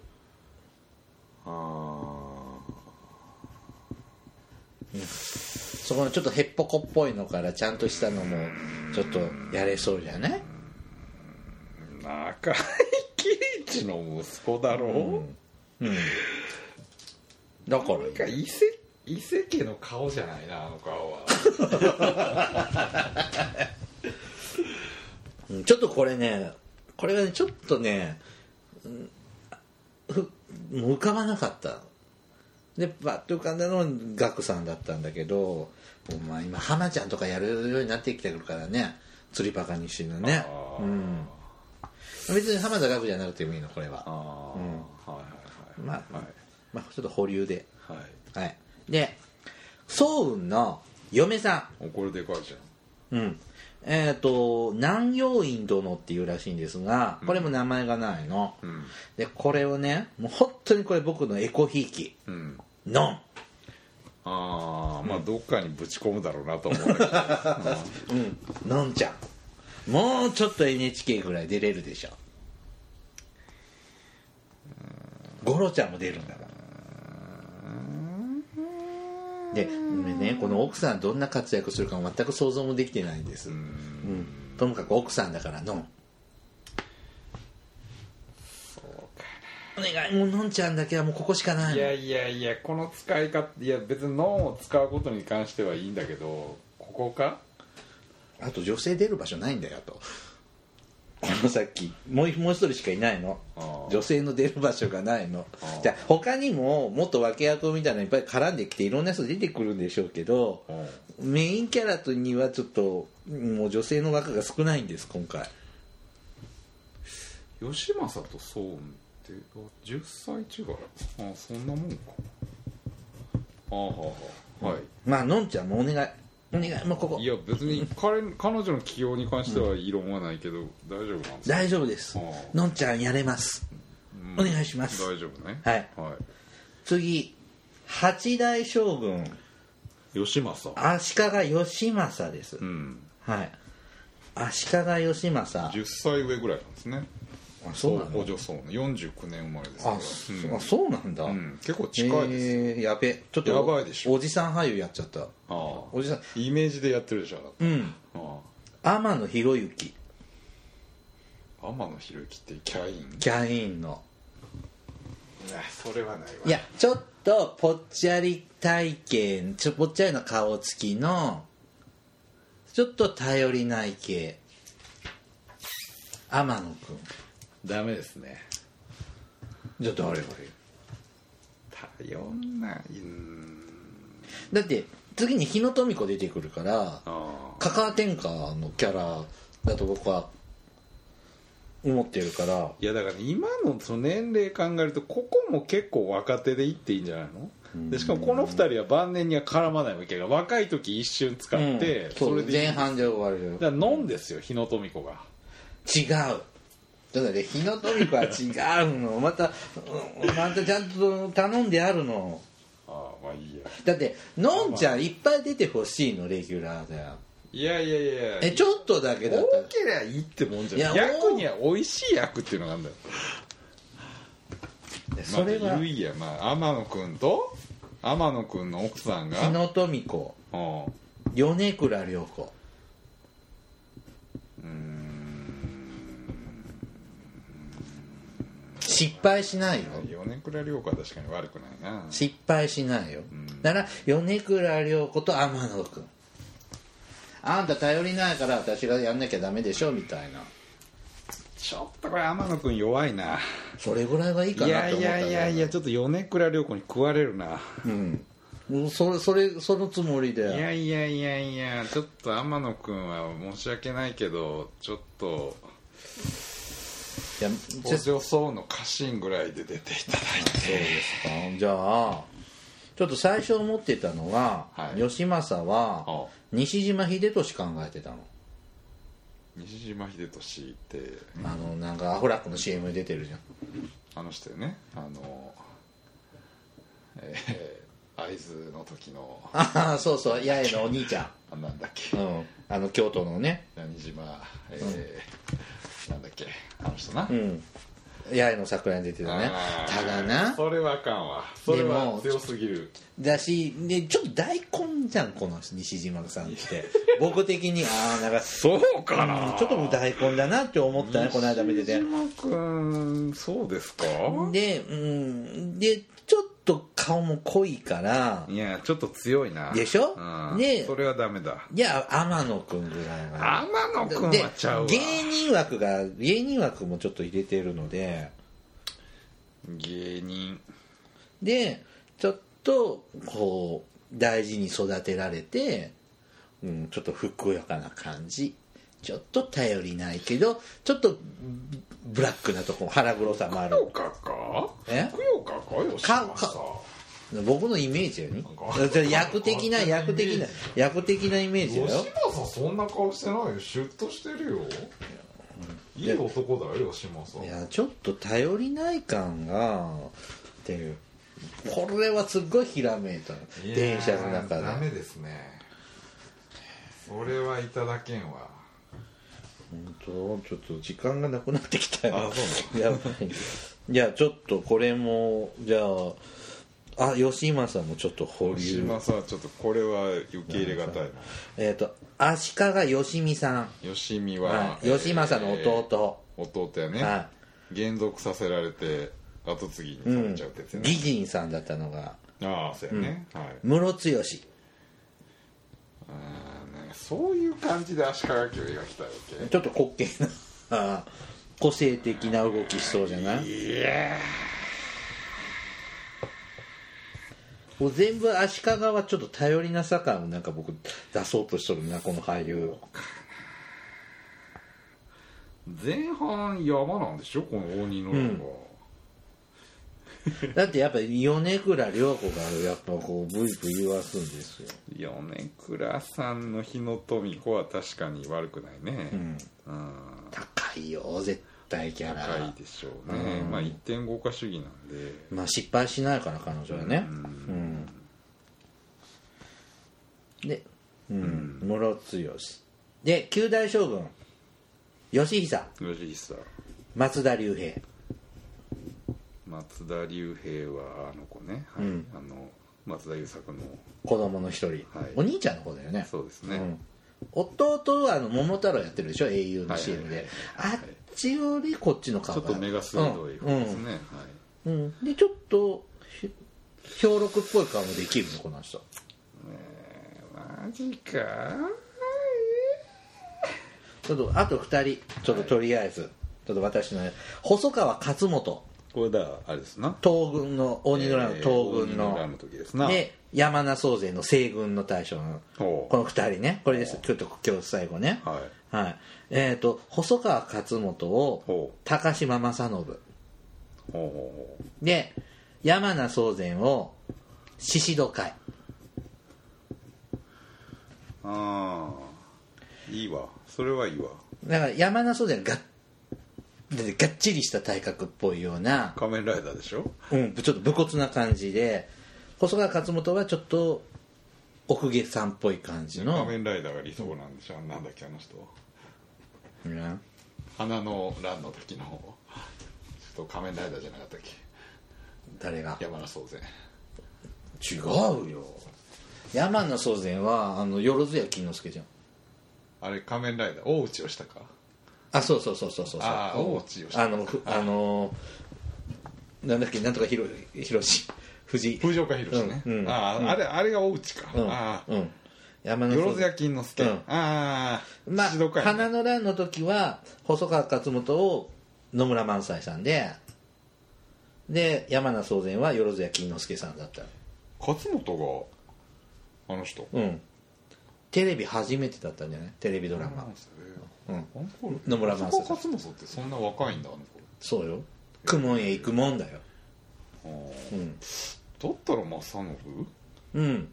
Speaker 2: あ
Speaker 1: そこのちょっとへっぽこっぽいのからちゃんとしたのもちょっとやれそうじゃない
Speaker 2: ー中井貴一の息子だろう、
Speaker 1: だから
Speaker 2: なんか伊勢伊勢家の顔じゃないなあの顔は
Speaker 1: うんちょっとこれねこれがねちょっとね、うん、ふもう浮かばなかったでパッと浮かんだのはガクさんだったんだけどお前今花ちゃんとかやるようになってきてるからね釣りバカにしてるのね
Speaker 2: あー
Speaker 1: (laughs) うん別に浜田ガクじゃなくてもいいのこれは
Speaker 2: ああ、
Speaker 1: うん
Speaker 2: はいはいはい
Speaker 1: まあ、
Speaker 2: はい
Speaker 1: まあちょっと保留で
Speaker 2: はい
Speaker 1: はいで早雲の嫁さ
Speaker 2: おこれでかいじゃん
Speaker 1: んうんえっ、と南陽院殿っていうらしいんですがこれも名前がないの、
Speaker 2: うん
Speaker 1: でこれをねもう本当にこれ僕のエコひいき
Speaker 2: うん
Speaker 1: ノン
Speaker 2: ああまあどっかにぶち込むだろうなと思うんだ
Speaker 1: (laughs)
Speaker 2: けど
Speaker 1: うんノンちゃんもうちょっと NHK ぐらい出れるでしょゴロちゃんも出るんだからでごめんねこの奥さんどんな活躍するか全く想像もできてないんですうんともかく奥さんだからノンお願いもうのんちゃんだけはもうここしかない
Speaker 2: い
Speaker 1: の
Speaker 2: やいやいやこの使い方いや別に脳を使うことに関してはいいんだけどここか
Speaker 1: あと女性出る場所ないんだよとこの先もうもう一人しかいないの
Speaker 2: あー
Speaker 1: 女性の出る場所がないの
Speaker 2: あー
Speaker 1: じゃあ他にももっと脇役みたいなのいっぱい絡んできていろんな人出てくるんでしょうけど
Speaker 2: うん
Speaker 1: メインキャラとにはちょっともう女性の枠が少ないんです今回
Speaker 2: 吉政と宗雲ってあ10歳違いあそんなもんかあーはーはーはい、
Speaker 1: まあのんちゃんもお願いお願いもうここ
Speaker 2: いや別に彼彼女の起用に関しては異論はないけど、大丈夫なんですか
Speaker 1: 大丈夫です
Speaker 2: あー
Speaker 1: のんちゃんやれます
Speaker 2: うん
Speaker 1: お願いします
Speaker 2: 大丈夫ね
Speaker 1: はい次八代将軍
Speaker 2: 吉政
Speaker 1: 足利義政です
Speaker 2: うん
Speaker 1: はい足利義政
Speaker 2: 10歳上ぐらいなんですね
Speaker 1: あそうなの
Speaker 2: 補助層の49年生まれですから
Speaker 1: あ、そあそうなんだ、
Speaker 2: うん、結構近いですよ、
Speaker 1: えーやべちょっと
Speaker 2: やばいでしょ
Speaker 1: おじさん俳優やっちゃった
Speaker 2: ああ
Speaker 1: おじさん
Speaker 2: イメージでやってるでしょあなた
Speaker 1: うん
Speaker 2: あ
Speaker 1: 天野博之
Speaker 2: 天野ひろゆきってキャイン
Speaker 1: キャインの
Speaker 2: あそれはないわ
Speaker 1: いやちょっとぽっちゃり体型ちょぽっちゃりの顔つきのちょっと頼りない系天野くん
Speaker 2: ダメですね
Speaker 1: じゃあ誰
Speaker 2: 頼んないう
Speaker 1: だって次に日野富子出てくるから
Speaker 2: あ
Speaker 1: カカア天下のキャラだと僕は思ってるから
Speaker 2: いやだから今のその年齢考えるとここも結構若手でいっていいんじゃないのでしかもこの2人は晩年には絡まないわけが若い時一瞬使って、
Speaker 1: うん
Speaker 2: そ
Speaker 1: そ
Speaker 2: れ
Speaker 1: う
Speaker 2: で
Speaker 1: 前半で終わる
Speaker 2: だから飲んですよ日野富子が
Speaker 1: 違うだからね日野富子は違うの (laughs) またうんまたちゃんと頼んであるの
Speaker 2: ああまあいいや
Speaker 1: だってのんちゃんいっぱい出てほしいのレギュラーで
Speaker 2: いやいやいや
Speaker 1: えちょっとだけだった
Speaker 2: 多
Speaker 1: ら
Speaker 2: けりゃいいってもんじゃない
Speaker 1: いや
Speaker 2: 役には美味しい役っていうのがあるんだよ
Speaker 1: それ
Speaker 2: まあ
Speaker 1: は
Speaker 2: 言うやまあ天野君と天野君の奥さんが
Speaker 1: 日野富子
Speaker 2: うん
Speaker 1: 米倉涼子失敗しないよ
Speaker 2: 米倉涼子は確かに悪くないな
Speaker 1: 失敗しないよ、
Speaker 2: ん
Speaker 1: なら米倉涼子と天野君あんた頼りないから私がやんなきゃダメでしょみたいな
Speaker 2: ちょっとこれ天野君弱いな
Speaker 1: それぐらいがいい
Speaker 2: い
Speaker 1: かな
Speaker 2: や
Speaker 1: って思っ
Speaker 2: い
Speaker 1: た
Speaker 2: や
Speaker 1: の
Speaker 2: いやいやちょっと米倉涼子に食われるな
Speaker 1: うんもうそれそれそのつもり
Speaker 2: い
Speaker 1: で
Speaker 2: やいやいやいやちょっと天野君は申し訳ないけどちょっと
Speaker 1: いや
Speaker 2: お
Speaker 1: せそう
Speaker 2: 女層の家臣ぐらいで出ていただいて
Speaker 1: ですかじゃあちょっと最初思ってたのは、
Speaker 2: はい
Speaker 1: 義政は
Speaker 2: あ
Speaker 1: 西島秀俊考えてたの
Speaker 2: 西島秀俊って
Speaker 1: あのなんかアホラックの CM 出てるじゃん
Speaker 2: あの人よねあのえー会津の時の
Speaker 1: ああそうそう八重のお兄ちゃ
Speaker 2: あなんだっけ
Speaker 1: ん、うん、あの京都のね、
Speaker 2: 何島えーなんだっけあの人な
Speaker 1: うん、八重の桜に出てたね
Speaker 2: あー
Speaker 1: ただな
Speaker 2: それはあかんわそれ
Speaker 1: で
Speaker 2: は
Speaker 1: も
Speaker 2: 強すぎる
Speaker 1: だし、ね、ちょっと大根じゃんこの西島さん
Speaker 2: (laughs)
Speaker 1: って僕的にああなんか
Speaker 2: そうか
Speaker 1: うんちょっともう大根だなって思ったねこの間見てて
Speaker 2: 西島君そうですか
Speaker 1: でうんでちょっと顔も濃いから
Speaker 2: いやちょっと強いな
Speaker 1: でしょ
Speaker 2: うん
Speaker 1: ね
Speaker 2: それはダメだ
Speaker 1: いや天野くんぐらいが
Speaker 2: 天野君
Speaker 1: で
Speaker 2: はちゃうわ
Speaker 1: 芸人枠が芸人枠もちょっと入れてるので
Speaker 2: 芸人
Speaker 1: でちょっとこう大事に育てられて、うん、ちょっとふくよかな感じちょっと頼りないけどちょっとブラックなとこ腹黒さもある
Speaker 2: 福岡か
Speaker 1: え
Speaker 2: 福岡か吉
Speaker 1: か
Speaker 2: 村さん
Speaker 1: 僕のイメージよね
Speaker 2: なんか
Speaker 1: じゃあ役的な
Speaker 2: (laughs) なんか
Speaker 1: 役的な役的なイメージだ
Speaker 2: 吉村
Speaker 1: よ
Speaker 2: さんそんな顔してないよシュッとしてるよいい男だよ吉村さん
Speaker 1: いやちょっと頼りない感がっていうこれはすっごいひらめいたの
Speaker 2: いやー
Speaker 1: 電車の中
Speaker 2: ダ
Speaker 1: で
Speaker 2: メですねそれはいただけんわ
Speaker 1: 本当ちょっと時間がなくなってきたよ
Speaker 2: あ
Speaker 1: (laughs)
Speaker 2: そ
Speaker 1: やばいいやちょっとこれもじゃああ吉今さんもちょっと保
Speaker 2: 吉
Speaker 1: 留
Speaker 2: 村さんはちょっとこれは受け入れがたいな
Speaker 1: えっ、と足利義美さん、
Speaker 2: 吉見
Speaker 1: は、
Speaker 2: はい
Speaker 1: 吉今さんの弟、
Speaker 2: えー弟やね、
Speaker 1: は
Speaker 2: 減族させられて後継ぎにされちゃうってやつや
Speaker 1: 義
Speaker 2: ね、
Speaker 1: 人さんだったのが
Speaker 2: ああそうやね、はい
Speaker 1: ムロツヨシ
Speaker 2: あーねそういう感じで足利家を描きたいわけ
Speaker 1: ちょっと滑稽なあー個性的な動きしそうじゃない
Speaker 2: いや
Speaker 1: もう全部足利はちょっと頼りなさ感をなんか僕出そうとしとるなこの俳優
Speaker 2: 前半山なんでしょこの大仁の乱が、
Speaker 1: だってやっぱ米倉涼子がやっぱこうブイブイ言わすんですよ
Speaker 2: 米倉さんの日野富子は確かに悪くないね
Speaker 1: ん
Speaker 2: うん
Speaker 1: 高いよ絶対キャ
Speaker 2: 高
Speaker 1: ラ
Speaker 2: いでしょうね、
Speaker 1: うん
Speaker 2: まあ1.5化主義なんで
Speaker 1: まあ失敗しないから彼女はね
Speaker 2: うん
Speaker 1: でうんムロツヨシで九大将軍義久
Speaker 2: 吉井さん
Speaker 1: 松田龍平
Speaker 2: 松田龍平はあの子ね、はい
Speaker 1: うん
Speaker 2: あの松田優作の
Speaker 1: 子供の一人、
Speaker 2: はい
Speaker 1: お兄ちゃんの方だよね
Speaker 2: そうですね、
Speaker 1: うん弟はあの桃太郎やってるでしょ au の CM で、
Speaker 2: はい
Speaker 1: あっちよりこっちの
Speaker 2: ちょ
Speaker 1: 顔
Speaker 2: っと目が鋭い方
Speaker 1: うん
Speaker 2: ですね、はい
Speaker 1: うんうんでちょっとひ表録っぽい顔もできるのこの人
Speaker 2: マジか
Speaker 1: ちょっとあと2人ちょっととりあえず、ちょっと私の細川勝元
Speaker 2: これだあれですな
Speaker 1: 東軍の大仁村の東軍
Speaker 2: えー大
Speaker 1: の
Speaker 2: 仁、田の時ですな
Speaker 1: で山名宗勢の西軍の大将の
Speaker 2: ほ
Speaker 1: こ
Speaker 2: う
Speaker 1: の2人ねこれですちょっと今日最後ね、
Speaker 2: はい
Speaker 1: えっ、と細川勝元を
Speaker 2: ほ
Speaker 1: 高島正信
Speaker 2: ほうほう
Speaker 1: で山名宗全を宍戸会
Speaker 2: ほうああいいわそれはいいわ
Speaker 1: だから山名宗全がだってがっちりした体格っぽいような、
Speaker 2: 仮面ライダーでしょ
Speaker 1: うん、ちょっと武骨な感じで細川勝元はちょっと奥下さんっぽい感じ
Speaker 2: 仮
Speaker 1: の、
Speaker 2: 面ライダーが理想なんでしょなんだっけあの人
Speaker 1: うん
Speaker 2: 花の乱の時のちょっと仮面ライダーじゃなかったっけ
Speaker 1: 誰が
Speaker 2: 山田宗然
Speaker 1: 違うよ山名宗全はあのよろずや金之助じゃん
Speaker 2: あれ仮面ライダー大内をしたか
Speaker 1: あそうそうそうそうそうそう
Speaker 2: あー大内義
Speaker 1: あのふあのなんだっけなんとかひろひろし藤井
Speaker 2: 風岡弘ね、
Speaker 1: うんうん
Speaker 2: ああ、あれあれが大内か、
Speaker 1: うん
Speaker 2: ああ
Speaker 1: うん山
Speaker 2: よ
Speaker 1: 宗
Speaker 2: ろずや金之助、
Speaker 1: うん
Speaker 2: ああ
Speaker 1: まあ
Speaker 2: 静岡やね
Speaker 1: 花の乱の時は細川勝元を野村萬斎さんでで山名宗全はよろずや金之助さんだった
Speaker 2: 勝本があの人
Speaker 1: うんテレビ初めてだったんじゃないテレビドラマうん野村
Speaker 2: 野村
Speaker 1: 萬斎
Speaker 2: 萬斎
Speaker 1: さん
Speaker 2: 勝本ってそんな若いんだあの頃
Speaker 1: そうよ公文へ行くもんだよ
Speaker 2: あ
Speaker 1: う
Speaker 2: ー
Speaker 1: ん
Speaker 2: だったら正信
Speaker 1: うん、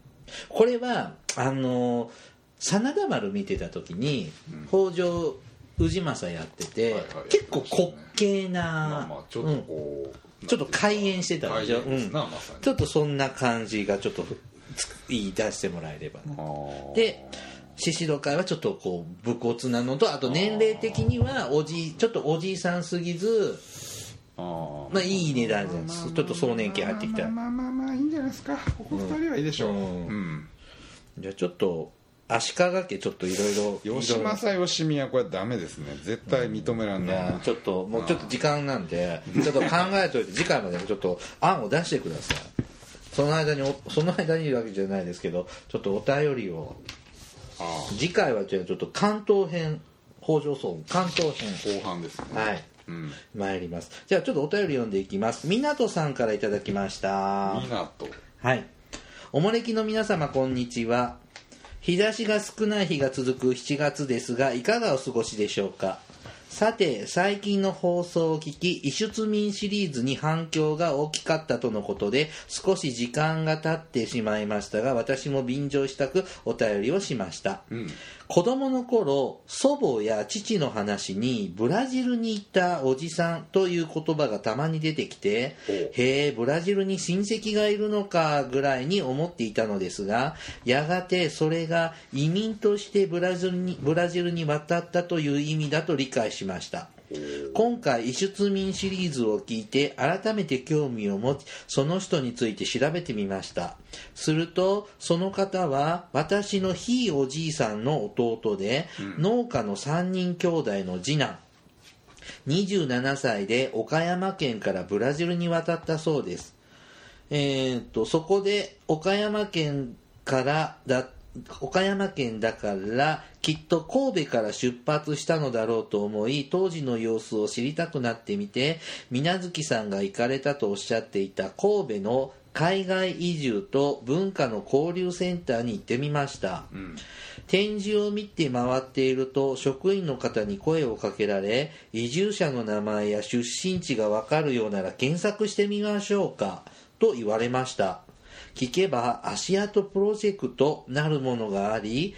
Speaker 1: これはあの真田丸見てた時に、北条氏政やってて、
Speaker 2: はいはい
Speaker 1: 結構滑稽な、
Speaker 2: まあまあちょっとこう、
Speaker 1: うんちょっと開演してたでしょ、
Speaker 2: 開演ですな
Speaker 1: うん
Speaker 2: まさに
Speaker 1: ちょっとそんな感じがちょっとつ言い出してもらえればなで宍戸会はちょっとこう武骨なのとあと年齢的にはおじいちょっとおじいさんすぎず、
Speaker 2: あ
Speaker 1: まあ、いい値段じゃないですちょっと壮年期
Speaker 2: 系
Speaker 1: 入ってきた
Speaker 2: まあまあまあまあいいんじゃないですかここ二人はいいでしょう
Speaker 1: う
Speaker 2: うんん、
Speaker 1: じゃあちょっと足利家ちょっといろいろ
Speaker 2: 吉政吉宮これダメですね絶対認めらん
Speaker 1: い
Speaker 2: ないな、
Speaker 1: やちょっともうちょっと時間なんでちょっと考えといて次回までにちょっと案を出してくださいその間におその間にいるわけじゃないですけどちょっとお便りを
Speaker 2: ああ
Speaker 1: 次回はじゃあちょっと関東編北条村関東編
Speaker 2: 後半ですね
Speaker 1: はい
Speaker 2: うん
Speaker 1: 参りますじゃあちょっとお便り読んでいきます湊さんからいただきました
Speaker 2: 港
Speaker 1: はい。おもれきの皆様、こんにちは。日差しが少ない日が続く7月ですが、いかがお過ごしでしょうか。さて、最近の放送を聞き、異出民シリーズに反響が大きかったとのことで、少し時間が経ってしまいましたが、私も便乗したくお便りをしました。
Speaker 2: うん
Speaker 1: 子供の頃祖母や父の話にブラジルに行ったおじさんという言葉がたまに出てきて
Speaker 2: お
Speaker 1: へえブラジルに親戚がいるのかぐらいに思っていたのですがやがてそれが移民としてブラジルにブラジルに渡ったという意味だと理解しました今回異出民シリーズを聞いて改めて興味を持ちその人について調べてみましたするとその方は私のひいおじいさんの弟で、農家の3人兄弟の次男27歳で岡山県からブラジルに渡ったそうですえーっとそこで岡山県からだ岡山県だからきっと神戸から出発したのだろうと思い当時の様子を知りたくなってみて水無月さんが行かれたとおっしゃっていた神戸の海外移住と文化の交流センターに行ってみました、展示を見て回っていると職員の方に声をかけられ移住者の名前や出身地がわかるようなら検索してみましょうかと言われました聞けば足跡プロジェクトなるものがあり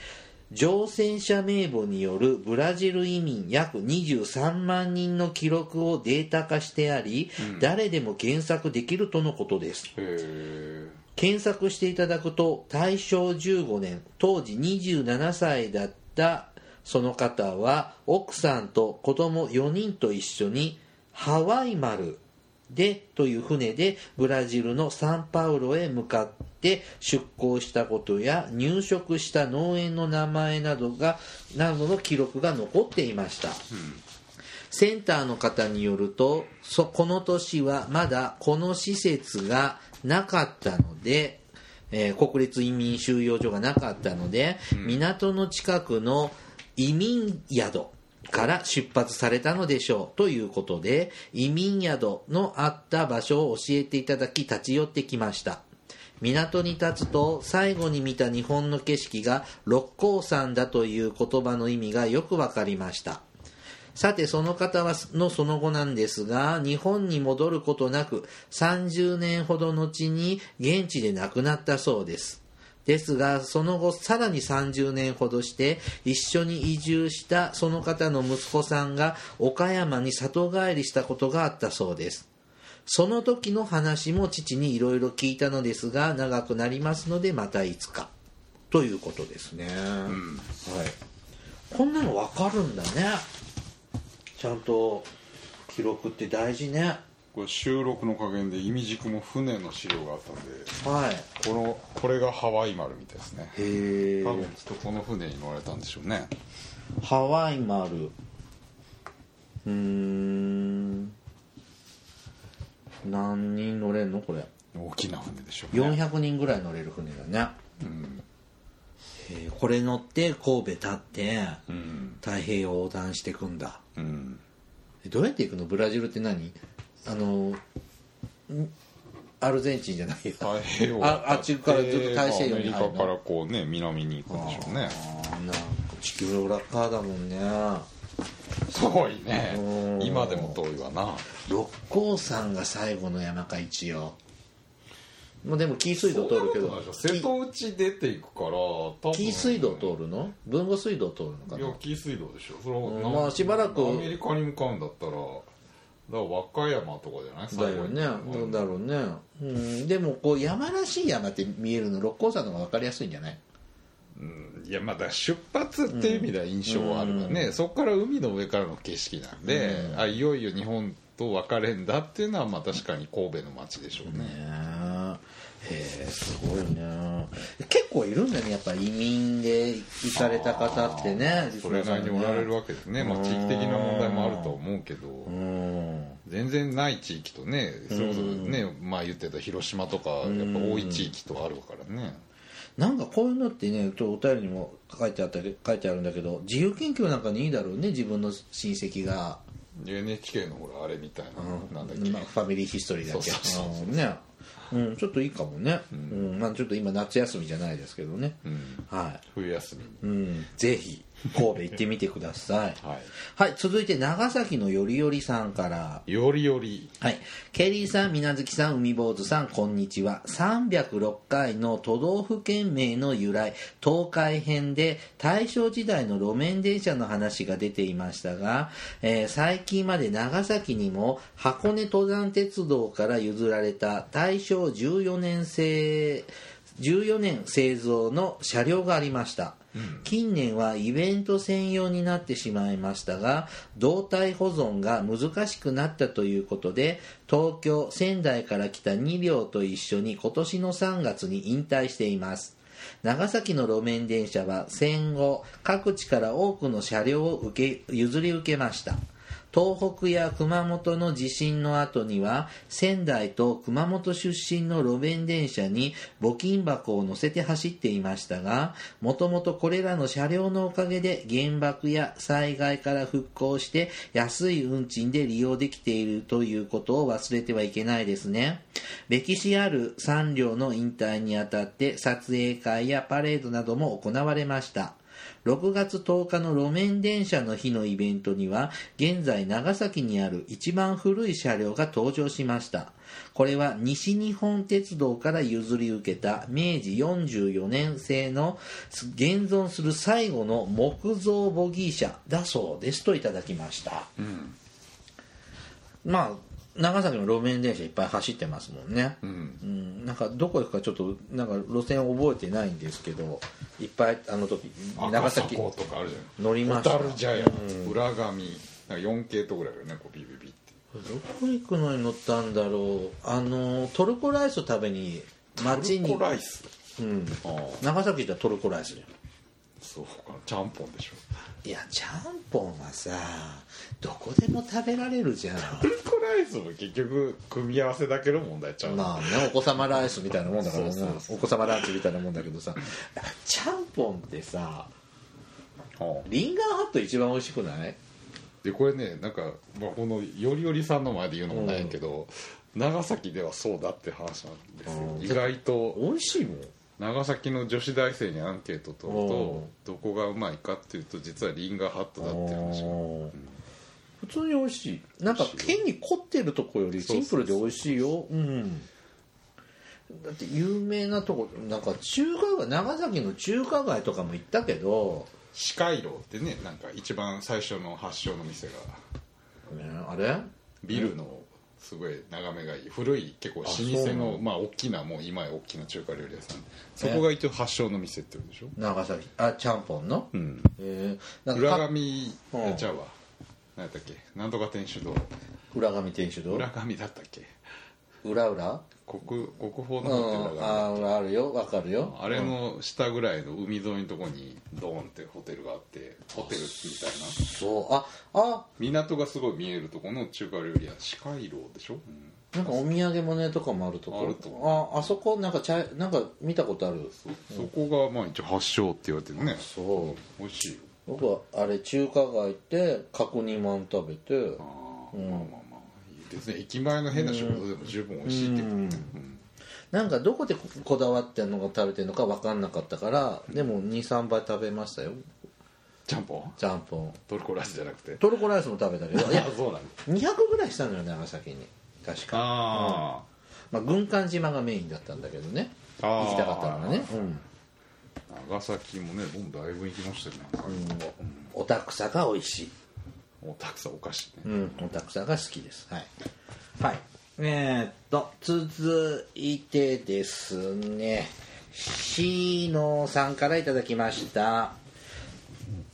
Speaker 1: 乗船者名簿によるブラジル移民約23万人の記録をデータ化してあり、誰でも検索できるとのことです
Speaker 2: へえ
Speaker 1: 検索していただくと大正15年当時27歳だったその方は奥さんと子供4人と一緒にハワイ丸でという船でブラジルのサンパウロへ向かって出港したことや入植した農園の名前などがなどの記録が残っていました、センターの方によるとそこの年はまだこの施設がなかったので、えー国立移民収容所がなかったので、港の近くの移民宿から出発されたのでしょうということで移民宿のあった場所を教えていただき立ち寄ってきました港に立つと最後に見た日本の景色が六甲山だという言葉の意味がよくわかりましたさてその方はのその後なんですが日本に戻ることなく30年ほど後に現地で亡くなったそうですですがその後さらに30年ほどして一緒に移住したその方の息子さんが岡山に里帰りしたことがあったそうですその時の話も父にいろいろ聞いたのですが長くなりますのでまたいつかということですね、はいこんなの分かるんだねちゃんと記録って大事ね
Speaker 2: これ収録の加減で意味軸も船の資料があったんで
Speaker 1: はい
Speaker 2: このこれがハワイ丸みたいですね
Speaker 1: へ
Speaker 2: 多分
Speaker 1: え
Speaker 2: きっとこの船に乗られたんでしょうね
Speaker 1: ハワイ丸うーん何人乗れんのこれ
Speaker 2: 大きな船でしょうね
Speaker 1: 400人ぐらい乗れる船だね、
Speaker 2: ん
Speaker 1: へーこれ乗って神戸立って
Speaker 2: うん
Speaker 1: 太平洋を横断していくんだ
Speaker 2: うん
Speaker 1: えどうやって行くのブラジルって何あのんアルゼンチンじゃないよ
Speaker 2: 太平洋
Speaker 1: ああっちからずっと大西洋に入る
Speaker 2: まあアメリカからこうね南に行くんでしょうね
Speaker 1: あんな地球裏側だもんね
Speaker 2: 遠いね
Speaker 1: うん
Speaker 2: 今でも遠いわな
Speaker 1: 六甲山が最後の山か一応もうでも紀伊水道通るけど
Speaker 2: 瀬戸内出ていくから多分
Speaker 1: 紀伊水道通るの豊後水道通るのか
Speaker 2: い
Speaker 1: な
Speaker 2: や紀伊水道でしょそれは
Speaker 1: うん
Speaker 2: なん
Speaker 1: まあしばらく
Speaker 2: アメリカに向かうんだったらだから和歌山とかじゃない
Speaker 1: だよねどうだろうね、うん、でもこう山らしい山って見えるの六甲山の方が分かりやすいんじゃない
Speaker 2: うんいやまあだから出発っていう意味では印象はあるわね、そこから海の上からの景色なんで、あいよいよ日本と別れんだっていうのはまあ確かに神戸の街でしょう
Speaker 1: ね
Speaker 2: ね、
Speaker 1: えへえすごいね結構いるんだねやっぱ移民で行かれた方ってね
Speaker 2: それなりにおられるわけですね、まあ、地域的な問題もあると思うけど、
Speaker 1: うん
Speaker 2: 全然ない地域とねそれこそね、まあ言ってた広島とかやっぱ多い地域とあるからね、
Speaker 1: なんかこういうのってね、ちょっとお便りにも書いてあったり書いてあるんだけど、自由研究なんかにいいだろうね、自分の親戚が、
Speaker 2: NHK のほらあれみたいな、なんだっけ、
Speaker 1: まあファミリーヒストリーだっけ
Speaker 2: そうそうそう
Speaker 1: うんね、うん、ちょっといいかもね、うんまあ、ちょっと今、夏休みじゃないですけどね、
Speaker 2: うん
Speaker 1: は
Speaker 2: 冬休みに
Speaker 1: い、うん、ぜひ、神戸行ってみてください。
Speaker 2: (laughs) は
Speaker 1: はい、続いて長崎のよりよりさんから。
Speaker 2: いよりより
Speaker 1: はい。ケリーさん、みなずきさん、海坊主さん、こんにちは。306回の都道府県名の由来、東海編で大正時代の路面電車の話が出ていましたが、えー最近まで長崎にも箱根登山鉄道から譲られた大正14年製、14年製造の車両がありました、近年はイベント専用になってしまいましたが動態保存が難しくなったということで東京仙台から来た2両と一緒に今年の3月に引退しています長崎の路面電車は戦後各地から多くの車両を受け譲り受けました東北や熊本の地震の後には仙台と熊本出身の路面電車に募金箱を乗せて走っていましたがもともとこれらの車両のおかげで原爆や災害から復興して安い運賃で利用できているということを忘れてはいけないですね歴史ある3両の引退にあたって撮影会やパレードなども行われました6月10日の路面電車の日のイベントには現在長崎にある一番古い車両が登場しましたこれは西日本鉄道から譲り受けた明治44年製の現存する最後の木造ボギー車だそうですといただきました、まあ長崎の路面電車いっぱい走ってますもんね、
Speaker 2: うん
Speaker 1: うん、なんかどこ行くかちょっとなんか路線覚えてないんですけどいっぱいあの時長
Speaker 2: 赤
Speaker 1: 崎
Speaker 2: 坂とかあるじゃん
Speaker 1: 乗りました
Speaker 2: 小樽ジャイアンツ、裏紙なんか 4K とぐらいだよねこうビビビって
Speaker 1: どこ行くのに乗ったんだろうあのトルコライスを食べに街
Speaker 2: トル
Speaker 1: に
Speaker 2: コ、ライス
Speaker 1: うん、
Speaker 2: ああ
Speaker 1: 長崎行ったらトルコライスだよ
Speaker 2: そうかちゃんぽんでしょ
Speaker 1: いやちゃんぽんはさどこでも食べられるじ
Speaker 2: (laughs)
Speaker 1: ゃん
Speaker 2: トルコライスも結局組み合わせだけの問題ちゃう、
Speaker 1: まあねお子様ライスみたいなもんだからな
Speaker 2: そうそうそ
Speaker 1: お子様ランチみたいなもんだけどさ (laughs) ちゃんぽんってさ
Speaker 2: はあ
Speaker 1: リンガーハット一番美味しくない
Speaker 2: でこれねなんか、まあ、このよりよりさんの前で言うのもないけど、長崎ではそうだって話なんですよ、
Speaker 1: うん
Speaker 2: 意外と
Speaker 1: 美味しいもん
Speaker 2: 長崎の女子大生にアンケート取ると、どこがうまいかっていうと実はリンガーハットだっていう話が
Speaker 1: うん普通に美味しいなんか県に凝ってるとこよりシンプルで美味しいようんだって有名なとこなんか中華街長崎の中華街とかも行ったけど、
Speaker 2: 四回楼ってねなんか一番最初の発祥の店が
Speaker 1: ね、あれ
Speaker 2: ビルのすごい眺めがいい古い結構老
Speaker 1: あそ
Speaker 2: 舗
Speaker 1: うな
Speaker 2: の
Speaker 1: の
Speaker 2: まあ大きなもう今や大きな中華料理屋さんそこが一応発祥の店って言うんでしょ、
Speaker 1: 長崎あちゃんぽんの、
Speaker 2: うん、
Speaker 1: えーなん
Speaker 2: 浦
Speaker 1: かか
Speaker 2: 上
Speaker 1: うん
Speaker 2: やっちゃうわ何やったっけ何とか天主堂
Speaker 1: 浦上天主堂
Speaker 2: 浦上だったっけ
Speaker 1: 裏裏
Speaker 2: 国国宝
Speaker 1: う
Speaker 2: のホテルだ
Speaker 1: ん、あああるよわかるよ
Speaker 2: あれの下ぐらいの海沿いのとこにドーンってホテルがあってホテルみたいな
Speaker 1: そうああ
Speaker 2: 港がすごい見えるとこの中華料理屋四海楼でしょ、うん
Speaker 1: なんかお土産物屋とかもあるとこ
Speaker 2: あると
Speaker 1: ああそこなんかちゃなんか見たことある
Speaker 2: そそこがまあ一応発祥って言われてるね
Speaker 1: そう
Speaker 2: 美味しいよ
Speaker 1: 僕はあれ中華街行って角煮まん食べて
Speaker 2: あー、まあまあまあ別に駅前の変な食堂でも十分美味しいってことね、うん
Speaker 1: なんかどこでこだわってんのか食べてんのか分かんなかったからでも23杯食べましたよ
Speaker 2: ちゃんぽん
Speaker 1: ちゃんぽん
Speaker 2: トルコライスじゃなくて
Speaker 1: トルコライスも食べたけどいや
Speaker 2: そうなんだ
Speaker 1: 200ぐらいしたのよ長崎に確か
Speaker 2: あ
Speaker 1: まあ、軍艦島がメインだったんだけどね
Speaker 2: あー
Speaker 1: 行きたかったのがね、うん、
Speaker 2: あ長崎もね僕だいぶ行きましたよね、
Speaker 1: おたくさが美味しい
Speaker 2: おたくさんお菓子ね、
Speaker 1: うん、オタクさんが好きです。はい。はい。えーっと、続いてですね、しのさんからいただきました。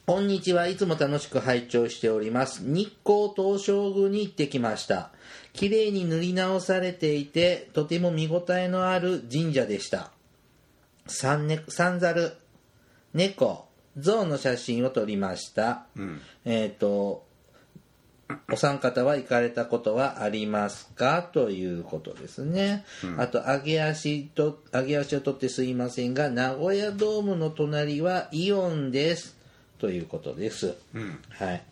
Speaker 1: こんにちは。いつも楽しく拝聴しております。日光東照宮に行ってきました。綺麗に塗り直されていて、とても見応えのある神社でした。三ね、三猿、猫、象の写真を撮りました。えーっと、お三方は行かれたことはありますかということですね。あと、揚げ足と、揚げ足を取ってすいませんが、名古屋ドームの隣はイオンです。ということです。はい。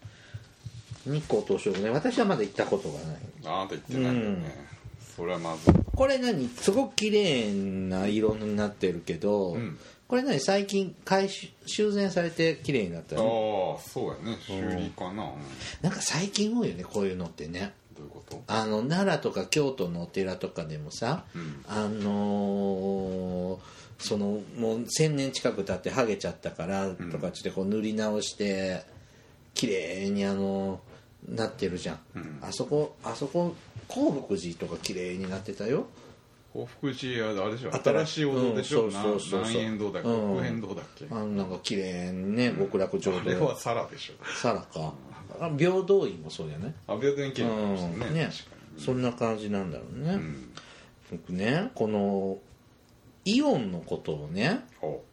Speaker 1: 日光東照宮ね、私はまだ行ったことがない。
Speaker 2: あなた言ってないよね、それはまずい
Speaker 1: これ何すごく綺麗な色になってるけど、これ何最近改修、修繕されて綺麗になった
Speaker 2: ああ
Speaker 1: の
Speaker 2: そうやね修理かな、うん
Speaker 1: なんか最近多いよね、こういうのってね。
Speaker 2: どういうこと
Speaker 1: あの奈良とか京都のお寺とかでもさ、あのーそのもう1,000年近く経ってハゲちゃったからとかっつってこう塗り直して綺麗にあのなってるじゃん、あそこあそこ興福寺とか綺麗になってたよ
Speaker 2: 幸福寺はあれでしょ
Speaker 1: 新
Speaker 2: 新しいお堂でしょ、
Speaker 1: うんそうそうそうそう
Speaker 2: 南南円堂だっけ、
Speaker 1: うん
Speaker 2: 北円堂だっけ、
Speaker 1: あのなんか綺麗にね極楽浄
Speaker 2: あ
Speaker 1: 土
Speaker 2: れは皿でしょ
Speaker 1: さらかあ平等院もそうじゃない
Speaker 2: 阿部殿家にありました
Speaker 1: うん
Speaker 2: ね
Speaker 1: ね
Speaker 2: 確か
Speaker 1: そんな感じなんだろうね、僕ねこのイオンのことをね
Speaker 2: にほ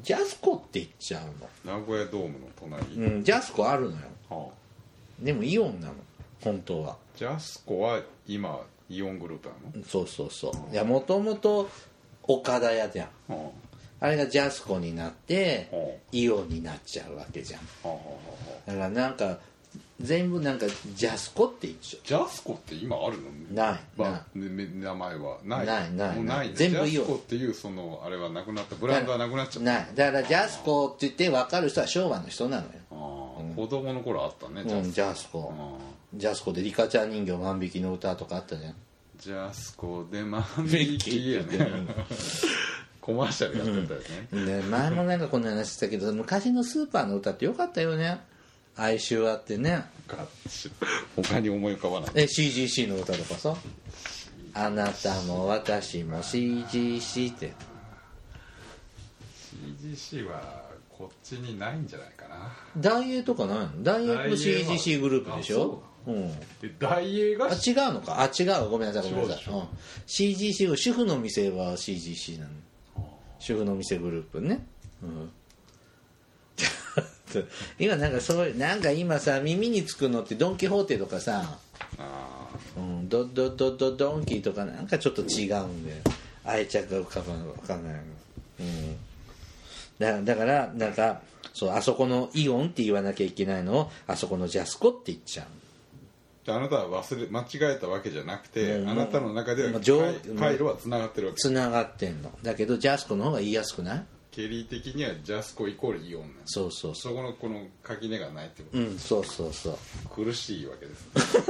Speaker 1: ジャスコって言っちゃうの、
Speaker 2: う名古屋ドームの隣、
Speaker 1: うん、ジャスコあるのよ
Speaker 2: はあ
Speaker 1: でもイオンなの本当は
Speaker 2: ジャスコは今イオングループな
Speaker 1: そうそうそういやもともと岡田屋じゃん
Speaker 2: の、は
Speaker 1: あれがジャスコになって
Speaker 2: あは
Speaker 1: イオンになっちゃうわけじゃん
Speaker 2: あはあはあはあ
Speaker 1: だからなんか全部なんかジャスコって言っちゃう
Speaker 2: ジャスコって今あるの
Speaker 1: ない
Speaker 2: まあ、ねめ名前はない
Speaker 1: ないない
Speaker 2: もうないね
Speaker 1: 全部
Speaker 2: ジ
Speaker 1: イオ
Speaker 2: ャ
Speaker 1: ン
Speaker 2: スコっていうそのあれはなくなったブランドはなくなっちゃった
Speaker 1: ないだからジャスコって言って分かる人は昭和の人なのよ
Speaker 2: ああ、子供の頃あったね
Speaker 1: うん、ジャ
Speaker 2: ス
Speaker 1: スコ、
Speaker 2: ああ
Speaker 1: ジャスコでリカちゃん人形万引きの歌とかあったじゃん
Speaker 2: ジャスコで万
Speaker 1: (laughs)
Speaker 2: 引きやねコマーシャルやってたよね、
Speaker 1: ね前もなんかこんな話したけど昔のスーパーの歌ってよかったよね哀愁はあってね
Speaker 2: か他に思い浮かばない
Speaker 1: え CGC の歌とかさ「あなたも私も CGC」って
Speaker 2: CGC はこっちにないんじゃないかな
Speaker 1: 大英とかないの大英も CGC グループでしょ
Speaker 2: あ
Speaker 1: うん
Speaker 2: で大映が
Speaker 1: あ違うのかあ違うごめんなさいごめんなさい、
Speaker 2: そう
Speaker 1: う
Speaker 2: で
Speaker 1: ん、CGC 主婦の店は CGC なの主婦の店グループねうん (laughs) ちょっと今なんかそういうなんか今さ耳につくのってドン・キホーテとかさ
Speaker 2: あー
Speaker 1: うん、ドドドドドンキーとかなんかちょっと違うんで愛着が浮かばない浮かばない、うん、だだからなんかそうあそこのイオンって言わなきゃいけないのをあそこのジャスコって言っちゃう
Speaker 2: であなたは忘れ間違えたわけじゃなくて、
Speaker 1: うん
Speaker 2: あなたの中では
Speaker 1: まあ
Speaker 2: 回
Speaker 1: 上
Speaker 2: 回路はつながってるわけ
Speaker 1: つながってんのだけどジャスコの方が言いやすくない
Speaker 2: ケリー的にはジャスコイコールイオンなんです
Speaker 1: そうそうそ
Speaker 2: そこのこの垣根がないってこ
Speaker 1: ううんそうそうそう
Speaker 2: と、苦しいわけです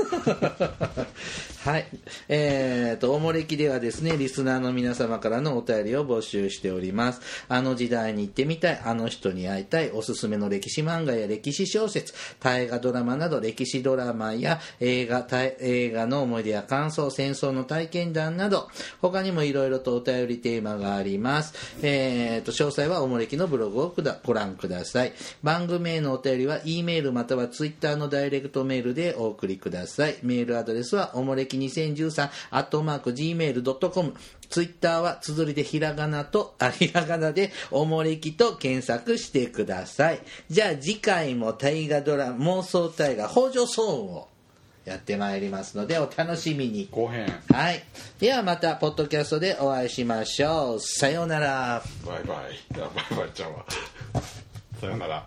Speaker 1: (laughs) はい。えー、と、おもれきではですね、リスナーの皆様からのお便りを募集しております。あの時代に行ってみたい、あの人に会いたい、おすすめの歴史漫画や歴史小説、大河ドラマなど歴史ドラマや映画、大映画の思い出や感想、戦争の体験談など、他にもいろいろとお便りテーマがあります。えー、と、詳細はおもれきのブログをくだご覧ください。番組へのお便りは、E メールまたは Twitter のダイレクトメールでお送りください。メールアドレスは、おもれき2013、アットマーク、gmail.com。Twitter は、綴りでひらがなと、あ、 (laughs) ひらがなで、おもれきと検索してください。じゃあ、次回も大河ドラマ、妄想大河、北条騒音をやってまいりますので、お楽しみに。
Speaker 2: 後編
Speaker 1: はい。ではまた、ポッドキャストでお会いしましょう。さようなら。
Speaker 2: バイバイあバイバイちゃんはさよなら